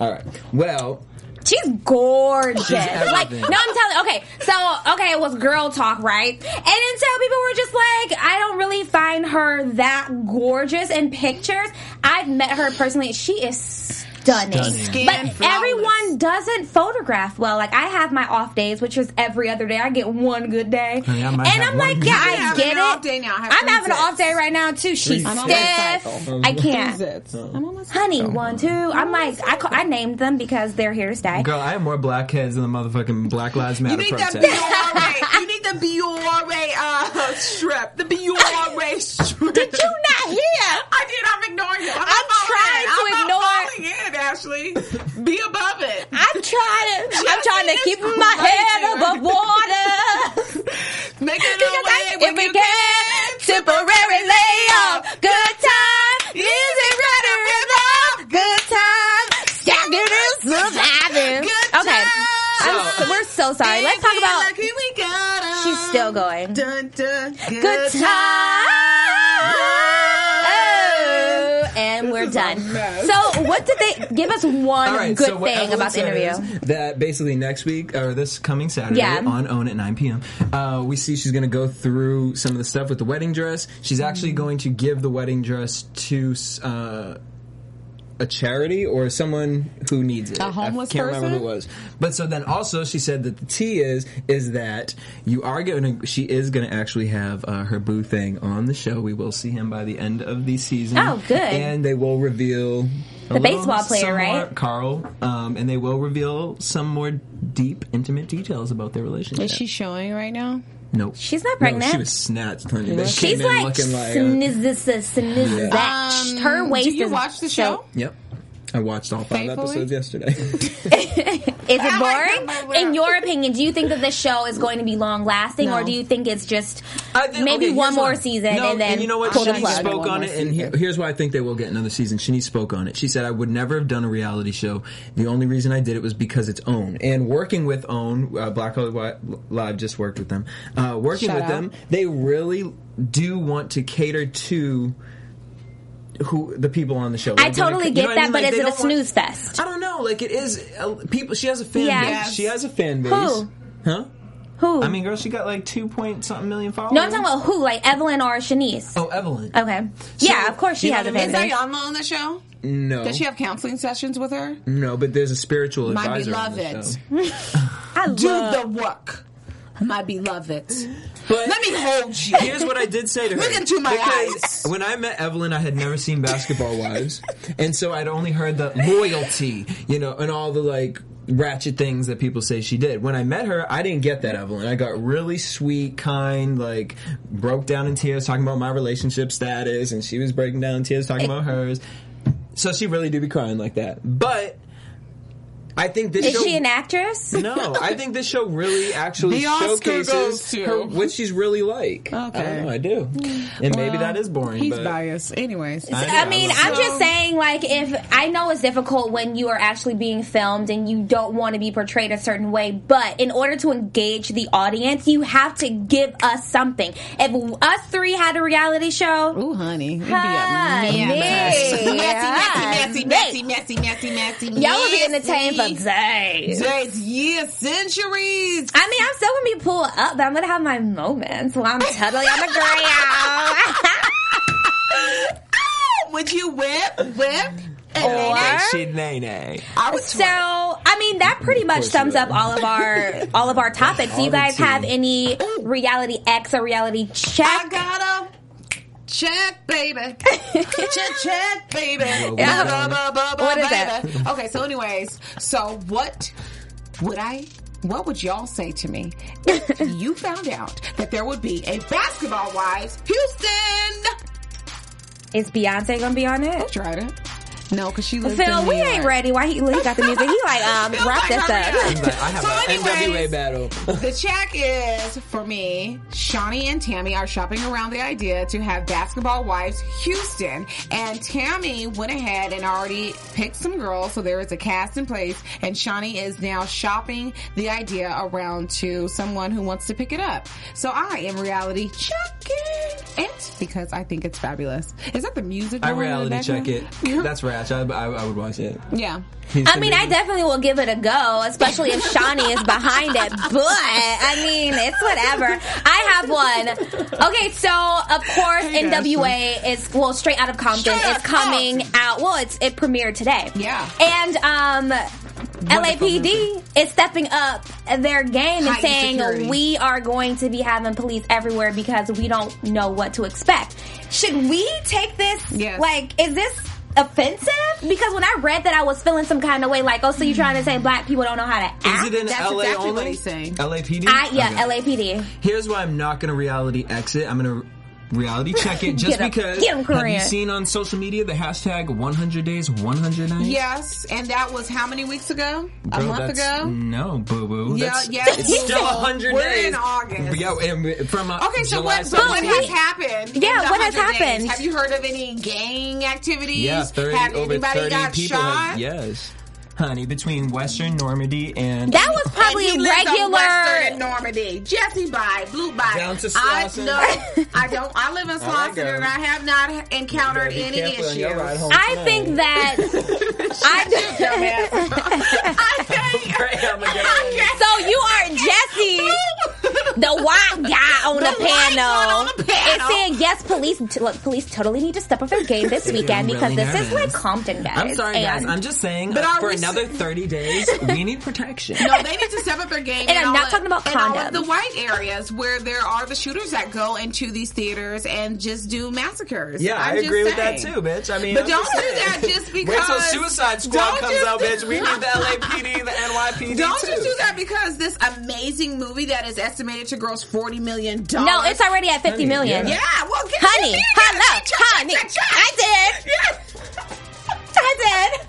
[SPEAKER 4] All right. Well,
[SPEAKER 3] She's gorgeous. like,
[SPEAKER 4] everything.
[SPEAKER 3] no, I'm telling. Okay, so okay, it was girl talk, right? And until people were just like, I don't really find her that gorgeous in pictures. I've met her personally. She is stunning.
[SPEAKER 4] Stunning.
[SPEAKER 3] But
[SPEAKER 6] Skin flawless.
[SPEAKER 3] everyone doesn't photograph well. Like I have my off days, which is every other day. I get one good day,
[SPEAKER 4] Honey, I
[SPEAKER 3] and
[SPEAKER 4] might have
[SPEAKER 3] I'm
[SPEAKER 4] one
[SPEAKER 3] like,
[SPEAKER 4] good
[SPEAKER 3] yeah,
[SPEAKER 4] day.
[SPEAKER 6] I'm
[SPEAKER 3] I
[SPEAKER 6] having
[SPEAKER 3] get
[SPEAKER 6] an
[SPEAKER 3] it.
[SPEAKER 6] off day now. I have
[SPEAKER 3] I'm
[SPEAKER 6] three
[SPEAKER 3] having an
[SPEAKER 6] sets.
[SPEAKER 3] off day right now too. She's
[SPEAKER 4] I'm
[SPEAKER 6] my
[SPEAKER 4] on
[SPEAKER 3] stiff.
[SPEAKER 6] cycle.
[SPEAKER 3] I can't.
[SPEAKER 6] That's it.
[SPEAKER 4] Uh-huh.
[SPEAKER 6] I'm almost
[SPEAKER 3] Honey, one, two. I'm like, I, ca- I named them because they're here to stay.
[SPEAKER 4] girl, I have more blackheads than the motherfucking Black Lives Matter
[SPEAKER 6] You need
[SPEAKER 4] protest.
[SPEAKER 6] that Biore. you need the Biore uh, strip. The Biore strip.
[SPEAKER 3] Did you not hear?
[SPEAKER 6] I did. I'm ignoring you. I'm,
[SPEAKER 3] I'm trying to
[SPEAKER 6] ignore. I'm not falling in, Ashley. Be above it.
[SPEAKER 3] I'm trying to. I'm trying to
[SPEAKER 6] Jesse
[SPEAKER 3] keep
[SPEAKER 6] is
[SPEAKER 3] my head
[SPEAKER 6] crazy.
[SPEAKER 3] above water
[SPEAKER 6] Make it
[SPEAKER 3] because I,
[SPEAKER 6] our way
[SPEAKER 3] if
[SPEAKER 6] when
[SPEAKER 3] we
[SPEAKER 6] you
[SPEAKER 3] can, temporary layoff, good time, easy running rhythm, good time, stacking and surviving.
[SPEAKER 6] Good
[SPEAKER 3] Okay, I'm
[SPEAKER 6] time.
[SPEAKER 3] so, we're so sorry. Let's talk about.
[SPEAKER 6] Lucky we got 'em.
[SPEAKER 3] She's still going.
[SPEAKER 6] Dun, dun, good,
[SPEAKER 3] Good time. Oh, and we're
[SPEAKER 6] is
[SPEAKER 3] done.
[SPEAKER 6] a mess.
[SPEAKER 3] So, what did they give us one
[SPEAKER 4] All right,
[SPEAKER 3] good
[SPEAKER 4] so what
[SPEAKER 3] thing
[SPEAKER 4] Evelyn
[SPEAKER 3] about the
[SPEAKER 4] said
[SPEAKER 3] interview?
[SPEAKER 4] is That basically next week or this coming Saturday
[SPEAKER 3] Yeah.
[SPEAKER 4] on OWN at 9 p.m. Uh, we see she's going to go through some of the stuff with the wedding dress. She's actually
[SPEAKER 3] Mm-hmm.
[SPEAKER 4] going to give the wedding dress to. Uh, a charity or someone who needs it.
[SPEAKER 6] A homeless
[SPEAKER 4] I can't remember
[SPEAKER 6] person?
[SPEAKER 4] who it was. But so then also she said that the tea is is that you are going to she is going to actually have uh, her boo thing on the show. We will see him by the end of the season.
[SPEAKER 3] Oh, good.
[SPEAKER 4] And they will reveal the
[SPEAKER 3] baseball player, right?
[SPEAKER 4] Carl, um, and they will reveal some more deep, intimate details about their relationship.
[SPEAKER 6] showing right now?
[SPEAKER 4] nope.
[SPEAKER 3] She's not
[SPEAKER 4] No,
[SPEAKER 3] pregnant.
[SPEAKER 4] she was snatched. Honey. They
[SPEAKER 3] She's
[SPEAKER 4] came in
[SPEAKER 3] like
[SPEAKER 4] looking like. uh,
[SPEAKER 3] snizzes, snizzes.
[SPEAKER 6] Um,
[SPEAKER 3] Uh, Her waist
[SPEAKER 6] Do you
[SPEAKER 3] is
[SPEAKER 6] watch the
[SPEAKER 3] so-
[SPEAKER 6] show?
[SPEAKER 4] yep. I watched all five
[SPEAKER 6] Faithfully?
[SPEAKER 4] episodes yesterday.
[SPEAKER 3] Is it
[SPEAKER 6] I like
[SPEAKER 3] boring?
[SPEAKER 6] that
[SPEAKER 3] In your opinion, do you think that this show is going to be long lasting, or
[SPEAKER 6] No.
[SPEAKER 3] do you think it's just
[SPEAKER 4] I think-
[SPEAKER 3] maybe
[SPEAKER 4] okay,
[SPEAKER 3] one
[SPEAKER 4] here's
[SPEAKER 3] more
[SPEAKER 4] what-
[SPEAKER 3] season
[SPEAKER 4] No,
[SPEAKER 3] and then
[SPEAKER 4] you know what?
[SPEAKER 3] pull the
[SPEAKER 4] Shani
[SPEAKER 3] plug?
[SPEAKER 4] spoke
[SPEAKER 6] One
[SPEAKER 4] on
[SPEAKER 6] more
[SPEAKER 4] it, and
[SPEAKER 6] season.
[SPEAKER 4] he- here's why I think they will get another season. Shani spoke on it. She said, "I would never have done a reality show. The only reason I did it was because it's Own and working with Own. Uh, Black Hollywood Live just worked with them. Uh, working
[SPEAKER 6] Shout
[SPEAKER 4] with
[SPEAKER 6] out.
[SPEAKER 4] them, they really do want to cater to." Who the people on the show?
[SPEAKER 3] I
[SPEAKER 4] Like, when it
[SPEAKER 3] totally
[SPEAKER 4] co- you know
[SPEAKER 3] get
[SPEAKER 4] what I
[SPEAKER 3] that,
[SPEAKER 4] mean?
[SPEAKER 3] but
[SPEAKER 4] Like,
[SPEAKER 3] is
[SPEAKER 4] they
[SPEAKER 3] it a
[SPEAKER 4] don't want-
[SPEAKER 3] snooze fest?
[SPEAKER 4] I don't know. Like it is uh, people. She has a fan
[SPEAKER 3] Yeah.
[SPEAKER 4] base.
[SPEAKER 3] Yes.
[SPEAKER 4] She has a fan base.
[SPEAKER 3] Who?
[SPEAKER 4] Huh?
[SPEAKER 3] Who?
[SPEAKER 4] I mean, girl, she got like two point something million followers.
[SPEAKER 3] no, I'm talking about who, like Evelyn or Shanice.
[SPEAKER 4] Oh, Evelyn.
[SPEAKER 3] Okay. yeah, of course she
[SPEAKER 4] you know
[SPEAKER 3] has a
[SPEAKER 4] what I
[SPEAKER 3] fan
[SPEAKER 6] Is
[SPEAKER 4] mean?
[SPEAKER 3] base.
[SPEAKER 6] Ayana on the show?
[SPEAKER 4] No.
[SPEAKER 6] Does she have counseling sessions with her?
[SPEAKER 4] No, but there's a spiritual
[SPEAKER 6] My
[SPEAKER 4] advisor. On
[SPEAKER 6] beloved.
[SPEAKER 4] this show.
[SPEAKER 3] I
[SPEAKER 6] Do
[SPEAKER 3] love.
[SPEAKER 6] the work. My beloved.
[SPEAKER 4] But
[SPEAKER 6] Let me hold you.
[SPEAKER 4] Here's what I did say to her.
[SPEAKER 6] Look into my
[SPEAKER 4] Because When I met Evelyn, I had never seen Basketball Wives, and so I'd only heard the loyalty, you know, and all the like ratchet things that people say she did. When I met her, I didn't get that Evelyn. I got really sweet, kind, like broke down in tears talking about my relationship status, and she was breaking down in tears talking about hers. So she really do be crying like that. But I think this
[SPEAKER 3] is
[SPEAKER 4] show
[SPEAKER 3] she an actress?
[SPEAKER 4] No, I think this show really actually
[SPEAKER 6] The Oscar
[SPEAKER 4] showcases
[SPEAKER 6] goes to-
[SPEAKER 4] her, what she's really like. I
[SPEAKER 6] Okay.
[SPEAKER 4] don't know, I do. And maybe that is boring.
[SPEAKER 6] He's
[SPEAKER 4] but
[SPEAKER 6] biased. Anyways.
[SPEAKER 4] I know,
[SPEAKER 3] I mean,
[SPEAKER 4] love
[SPEAKER 3] I'm
[SPEAKER 4] it.
[SPEAKER 3] just saying, like, if I know it's difficult when you are actually being filmed and you don't want to be portrayed a certain way, but in order to engage the audience, you have to give us something. If us three had a reality show,
[SPEAKER 6] Ooh, honey. It'd be a
[SPEAKER 3] Honey.
[SPEAKER 6] mess. Messy, messy, messy,
[SPEAKER 3] Yes.
[SPEAKER 6] messy, messy, messy, messy, messy.
[SPEAKER 3] y'all would be entertained for days.
[SPEAKER 6] Days, years, centuries.
[SPEAKER 3] I mean, I'm still gonna be pulled up, but I'm gonna have my moments while I'm totally on the ground.
[SPEAKER 6] Would you whip, whip?
[SPEAKER 3] Or-
[SPEAKER 6] And
[SPEAKER 4] Like she nay nay.
[SPEAKER 6] I would
[SPEAKER 3] So, I mean, that pretty much
[SPEAKER 4] course
[SPEAKER 3] sums
[SPEAKER 4] you
[SPEAKER 3] up
[SPEAKER 4] will.
[SPEAKER 3] all of our all of our topics. Do you
[SPEAKER 4] All the
[SPEAKER 3] guys
[SPEAKER 4] tea.
[SPEAKER 3] have any reality X or reality
[SPEAKER 6] I
[SPEAKER 3] check?
[SPEAKER 6] gotta check, baby. check, check, baby.
[SPEAKER 4] Yeah.
[SPEAKER 6] Ba, ba, ba, ba,
[SPEAKER 3] What is
[SPEAKER 6] baby. Okay, so anyways, so what would I? What would y'all say to me if you found out that there would be a basketball wives Houston?
[SPEAKER 3] Is Beyonce gonna be on
[SPEAKER 6] I
[SPEAKER 3] it?
[SPEAKER 6] tried it. No, because she lives in
[SPEAKER 3] Phil,
[SPEAKER 6] New
[SPEAKER 3] we ain't
[SPEAKER 6] York.
[SPEAKER 3] ready. Why he, he got the music? He like um
[SPEAKER 6] Feels
[SPEAKER 3] wrap
[SPEAKER 6] like
[SPEAKER 3] this
[SPEAKER 6] hurry
[SPEAKER 3] up.
[SPEAKER 6] up.
[SPEAKER 4] Like, I have
[SPEAKER 6] So
[SPEAKER 4] an
[SPEAKER 6] anyways-
[SPEAKER 4] NWA battle.
[SPEAKER 6] The check is for me. Shawnee and Tammy are shopping around the idea to have basketball wives Houston, and Tammy went ahead and already picked some girls, so there is a cast in place. And Shawnee is now shopping the idea around to someone who wants to pick it up. So I am reality checking it because I think it's fabulous. Is that the music?
[SPEAKER 4] I
[SPEAKER 6] going in the
[SPEAKER 4] reality check it.
[SPEAKER 6] background?
[SPEAKER 4] That's rash. I, I, I would watch it.
[SPEAKER 6] yeah.
[SPEAKER 3] I mean, I definitely will give it a go, especially if Shawnee is behind it. But I mean, it's whatever. I have one. Okay, so of course, NWA is well, straight out of Compton
[SPEAKER 6] Straight Outta
[SPEAKER 3] is coming
[SPEAKER 6] Compton.
[SPEAKER 3] out. Well, it's it premiered today.
[SPEAKER 6] Yeah.
[SPEAKER 3] and um. LAPD is stepping up their game and
[SPEAKER 6] Heightened
[SPEAKER 3] saying
[SPEAKER 6] security.
[SPEAKER 3] we are going to be having police everywhere because we don't know what to expect. Should we take this
[SPEAKER 6] Yes.
[SPEAKER 3] like is this offensive? Because when I read that I was feeling some kind of way like, oh, so you're trying to say black people don't know how to
[SPEAKER 4] Is
[SPEAKER 3] act?
[SPEAKER 4] it in
[SPEAKER 6] That's
[SPEAKER 4] LA
[SPEAKER 6] exactly
[SPEAKER 4] only?
[SPEAKER 6] what he's saying.
[SPEAKER 4] LAPD?
[SPEAKER 3] I Uh, yeah,
[SPEAKER 4] Okay.
[SPEAKER 3] LAPD.
[SPEAKER 4] Here's why I'm not going to reality exit. I'm going to reality check it just
[SPEAKER 3] Get 'em.
[SPEAKER 4] because.
[SPEAKER 3] Get 'em,
[SPEAKER 4] have
[SPEAKER 3] Corinne.
[SPEAKER 4] you seen on social media the hashtag 100 days, 100 nights?
[SPEAKER 6] Yes, and that was how many weeks ago? A
[SPEAKER 4] Girl,
[SPEAKER 6] month
[SPEAKER 4] that's-
[SPEAKER 6] ago.
[SPEAKER 4] No, boo boo.
[SPEAKER 6] Yeah,
[SPEAKER 4] That's-
[SPEAKER 6] yeah.
[SPEAKER 4] It's still
[SPEAKER 6] So,
[SPEAKER 4] 100
[SPEAKER 6] we're
[SPEAKER 4] days.
[SPEAKER 6] in August.
[SPEAKER 4] Yeah, and we- from uh,
[SPEAKER 6] Okay, so
[SPEAKER 4] July
[SPEAKER 6] what, but what
[SPEAKER 4] 17th.
[SPEAKER 6] has happened? in
[SPEAKER 3] Yeah,
[SPEAKER 6] the
[SPEAKER 3] what has
[SPEAKER 6] 100 days?
[SPEAKER 3] happened?
[SPEAKER 6] Have you heard of any gang activities?
[SPEAKER 4] Yeah, 30,
[SPEAKER 6] Have
[SPEAKER 4] over
[SPEAKER 6] anybody
[SPEAKER 4] 30
[SPEAKER 6] got
[SPEAKER 4] people
[SPEAKER 6] shot?
[SPEAKER 4] have- yes. Honey, between Western Normandy and
[SPEAKER 3] That was probably
[SPEAKER 6] and he lives on Western and
[SPEAKER 3] regular.
[SPEAKER 6] Normandy. Jesse by Blue by.
[SPEAKER 4] Down to
[SPEAKER 6] I
[SPEAKER 4] Slauson.
[SPEAKER 6] know. I don't. I live in
[SPEAKER 4] right,
[SPEAKER 6] Slauson, and
[SPEAKER 4] girl.
[SPEAKER 6] I have not encountered any issues.
[SPEAKER 3] I think that I
[SPEAKER 6] I think.
[SPEAKER 4] oh
[SPEAKER 3] so you are Jesse, the white guy on the,
[SPEAKER 6] The white one
[SPEAKER 3] panel,
[SPEAKER 6] on the panel.
[SPEAKER 3] and saying yes, police. T- look, police totally need to step up their game this weekend
[SPEAKER 4] really
[SPEAKER 3] because this is like
[SPEAKER 4] nervous.
[SPEAKER 3] Compton, guys.
[SPEAKER 4] I'm sorry, guys.
[SPEAKER 3] and-
[SPEAKER 4] I'm just saying.
[SPEAKER 6] But
[SPEAKER 4] uh,
[SPEAKER 6] are
[SPEAKER 4] for
[SPEAKER 6] we-
[SPEAKER 4] another 30 days, we need protection.
[SPEAKER 6] No, they need to step up their game.
[SPEAKER 3] And I'm
[SPEAKER 6] all
[SPEAKER 3] not
[SPEAKER 6] of-
[SPEAKER 3] talking about
[SPEAKER 6] in all of
[SPEAKER 3] condoms.
[SPEAKER 6] the white areas where there are the shooters that go into these theaters and just do massacres.
[SPEAKER 4] Yeah, i
[SPEAKER 6] I'm just
[SPEAKER 4] agree with that
[SPEAKER 6] saying.
[SPEAKER 4] too, bitch. I mean,
[SPEAKER 6] But
[SPEAKER 4] I'm
[SPEAKER 6] don't
[SPEAKER 4] just
[SPEAKER 6] do
[SPEAKER 4] saying.
[SPEAKER 6] that just
[SPEAKER 4] Wait till
[SPEAKER 6] because-
[SPEAKER 4] Suicide Squad
[SPEAKER 6] Don't
[SPEAKER 4] comes
[SPEAKER 6] just-
[SPEAKER 4] out, bitch. We need the LAPD, the NYPD.
[SPEAKER 6] Don't
[SPEAKER 4] too.
[SPEAKER 6] just do that because this amazing movie that is estimated to gross forty million dollars.
[SPEAKER 3] no, it's already at 50
[SPEAKER 4] Honey,
[SPEAKER 3] million.
[SPEAKER 4] yeah.
[SPEAKER 6] yeah. Well, get
[SPEAKER 3] Honey,
[SPEAKER 6] get- get-
[SPEAKER 3] hello,
[SPEAKER 6] get-
[SPEAKER 3] honey.
[SPEAKER 6] get- get-
[SPEAKER 3] I did.
[SPEAKER 6] Yes.
[SPEAKER 3] I did.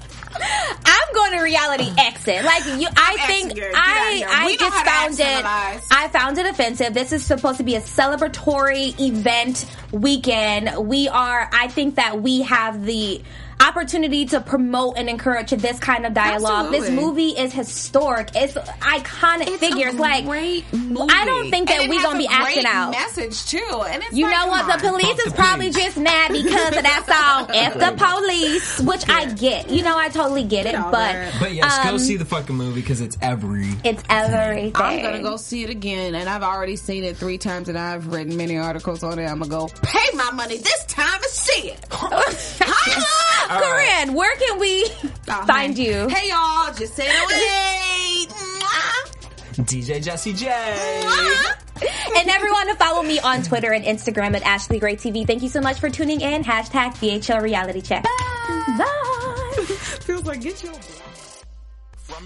[SPEAKER 3] I'm going to reality exit. Like you, I
[SPEAKER 6] I'm
[SPEAKER 3] think
[SPEAKER 6] exiting. Get out of
[SPEAKER 3] I
[SPEAKER 6] here.
[SPEAKER 3] I
[SPEAKER 6] We know
[SPEAKER 3] just
[SPEAKER 6] how to
[SPEAKER 3] found
[SPEAKER 6] externalize.
[SPEAKER 3] it. I found it offensive. This is supposed to be a celebratory event weekend. We are. I think that we have the opportunity to promote and encourage this kind of dialogue. This
[SPEAKER 7] Absolutely.
[SPEAKER 3] movie is historic. It's iconic
[SPEAKER 7] It's
[SPEAKER 3] figures.
[SPEAKER 7] a
[SPEAKER 3] like
[SPEAKER 7] great
[SPEAKER 3] I don't
[SPEAKER 7] movie.
[SPEAKER 3] think that
[SPEAKER 6] it
[SPEAKER 3] we're
[SPEAKER 6] has
[SPEAKER 3] gonna
[SPEAKER 6] a
[SPEAKER 3] be acting
[SPEAKER 6] great
[SPEAKER 3] out.
[SPEAKER 6] Message too, and it's
[SPEAKER 3] You
[SPEAKER 6] like,
[SPEAKER 3] know
[SPEAKER 6] come
[SPEAKER 3] what? The
[SPEAKER 6] on.
[SPEAKER 3] police
[SPEAKER 4] Fuck
[SPEAKER 3] is
[SPEAKER 4] the
[SPEAKER 3] probably
[SPEAKER 4] police.
[SPEAKER 3] just mad because of that song. F the police, which I get. You know, I totally get it.
[SPEAKER 6] over
[SPEAKER 3] But
[SPEAKER 6] it.
[SPEAKER 4] But yes, go
[SPEAKER 3] um,
[SPEAKER 4] see the fucking movie because it's every.
[SPEAKER 3] It's everything.
[SPEAKER 6] I'm gonna go see it again, and I've already seen it three times, and I've written many articles on it. I'm gonna go pay my money this time to see it.
[SPEAKER 3] Corinne, where can we find you?
[SPEAKER 6] Oh, Hey y'all, just say no wait. Mwah.
[SPEAKER 4] DJ Jesse J.
[SPEAKER 3] and everyone to follow me on Twitter and Instagram at Ashley Gray TV. Thank you so much for tuning in. Hashtag VHL Reality Check. Bye.
[SPEAKER 6] Feels like get your.
[SPEAKER 1] From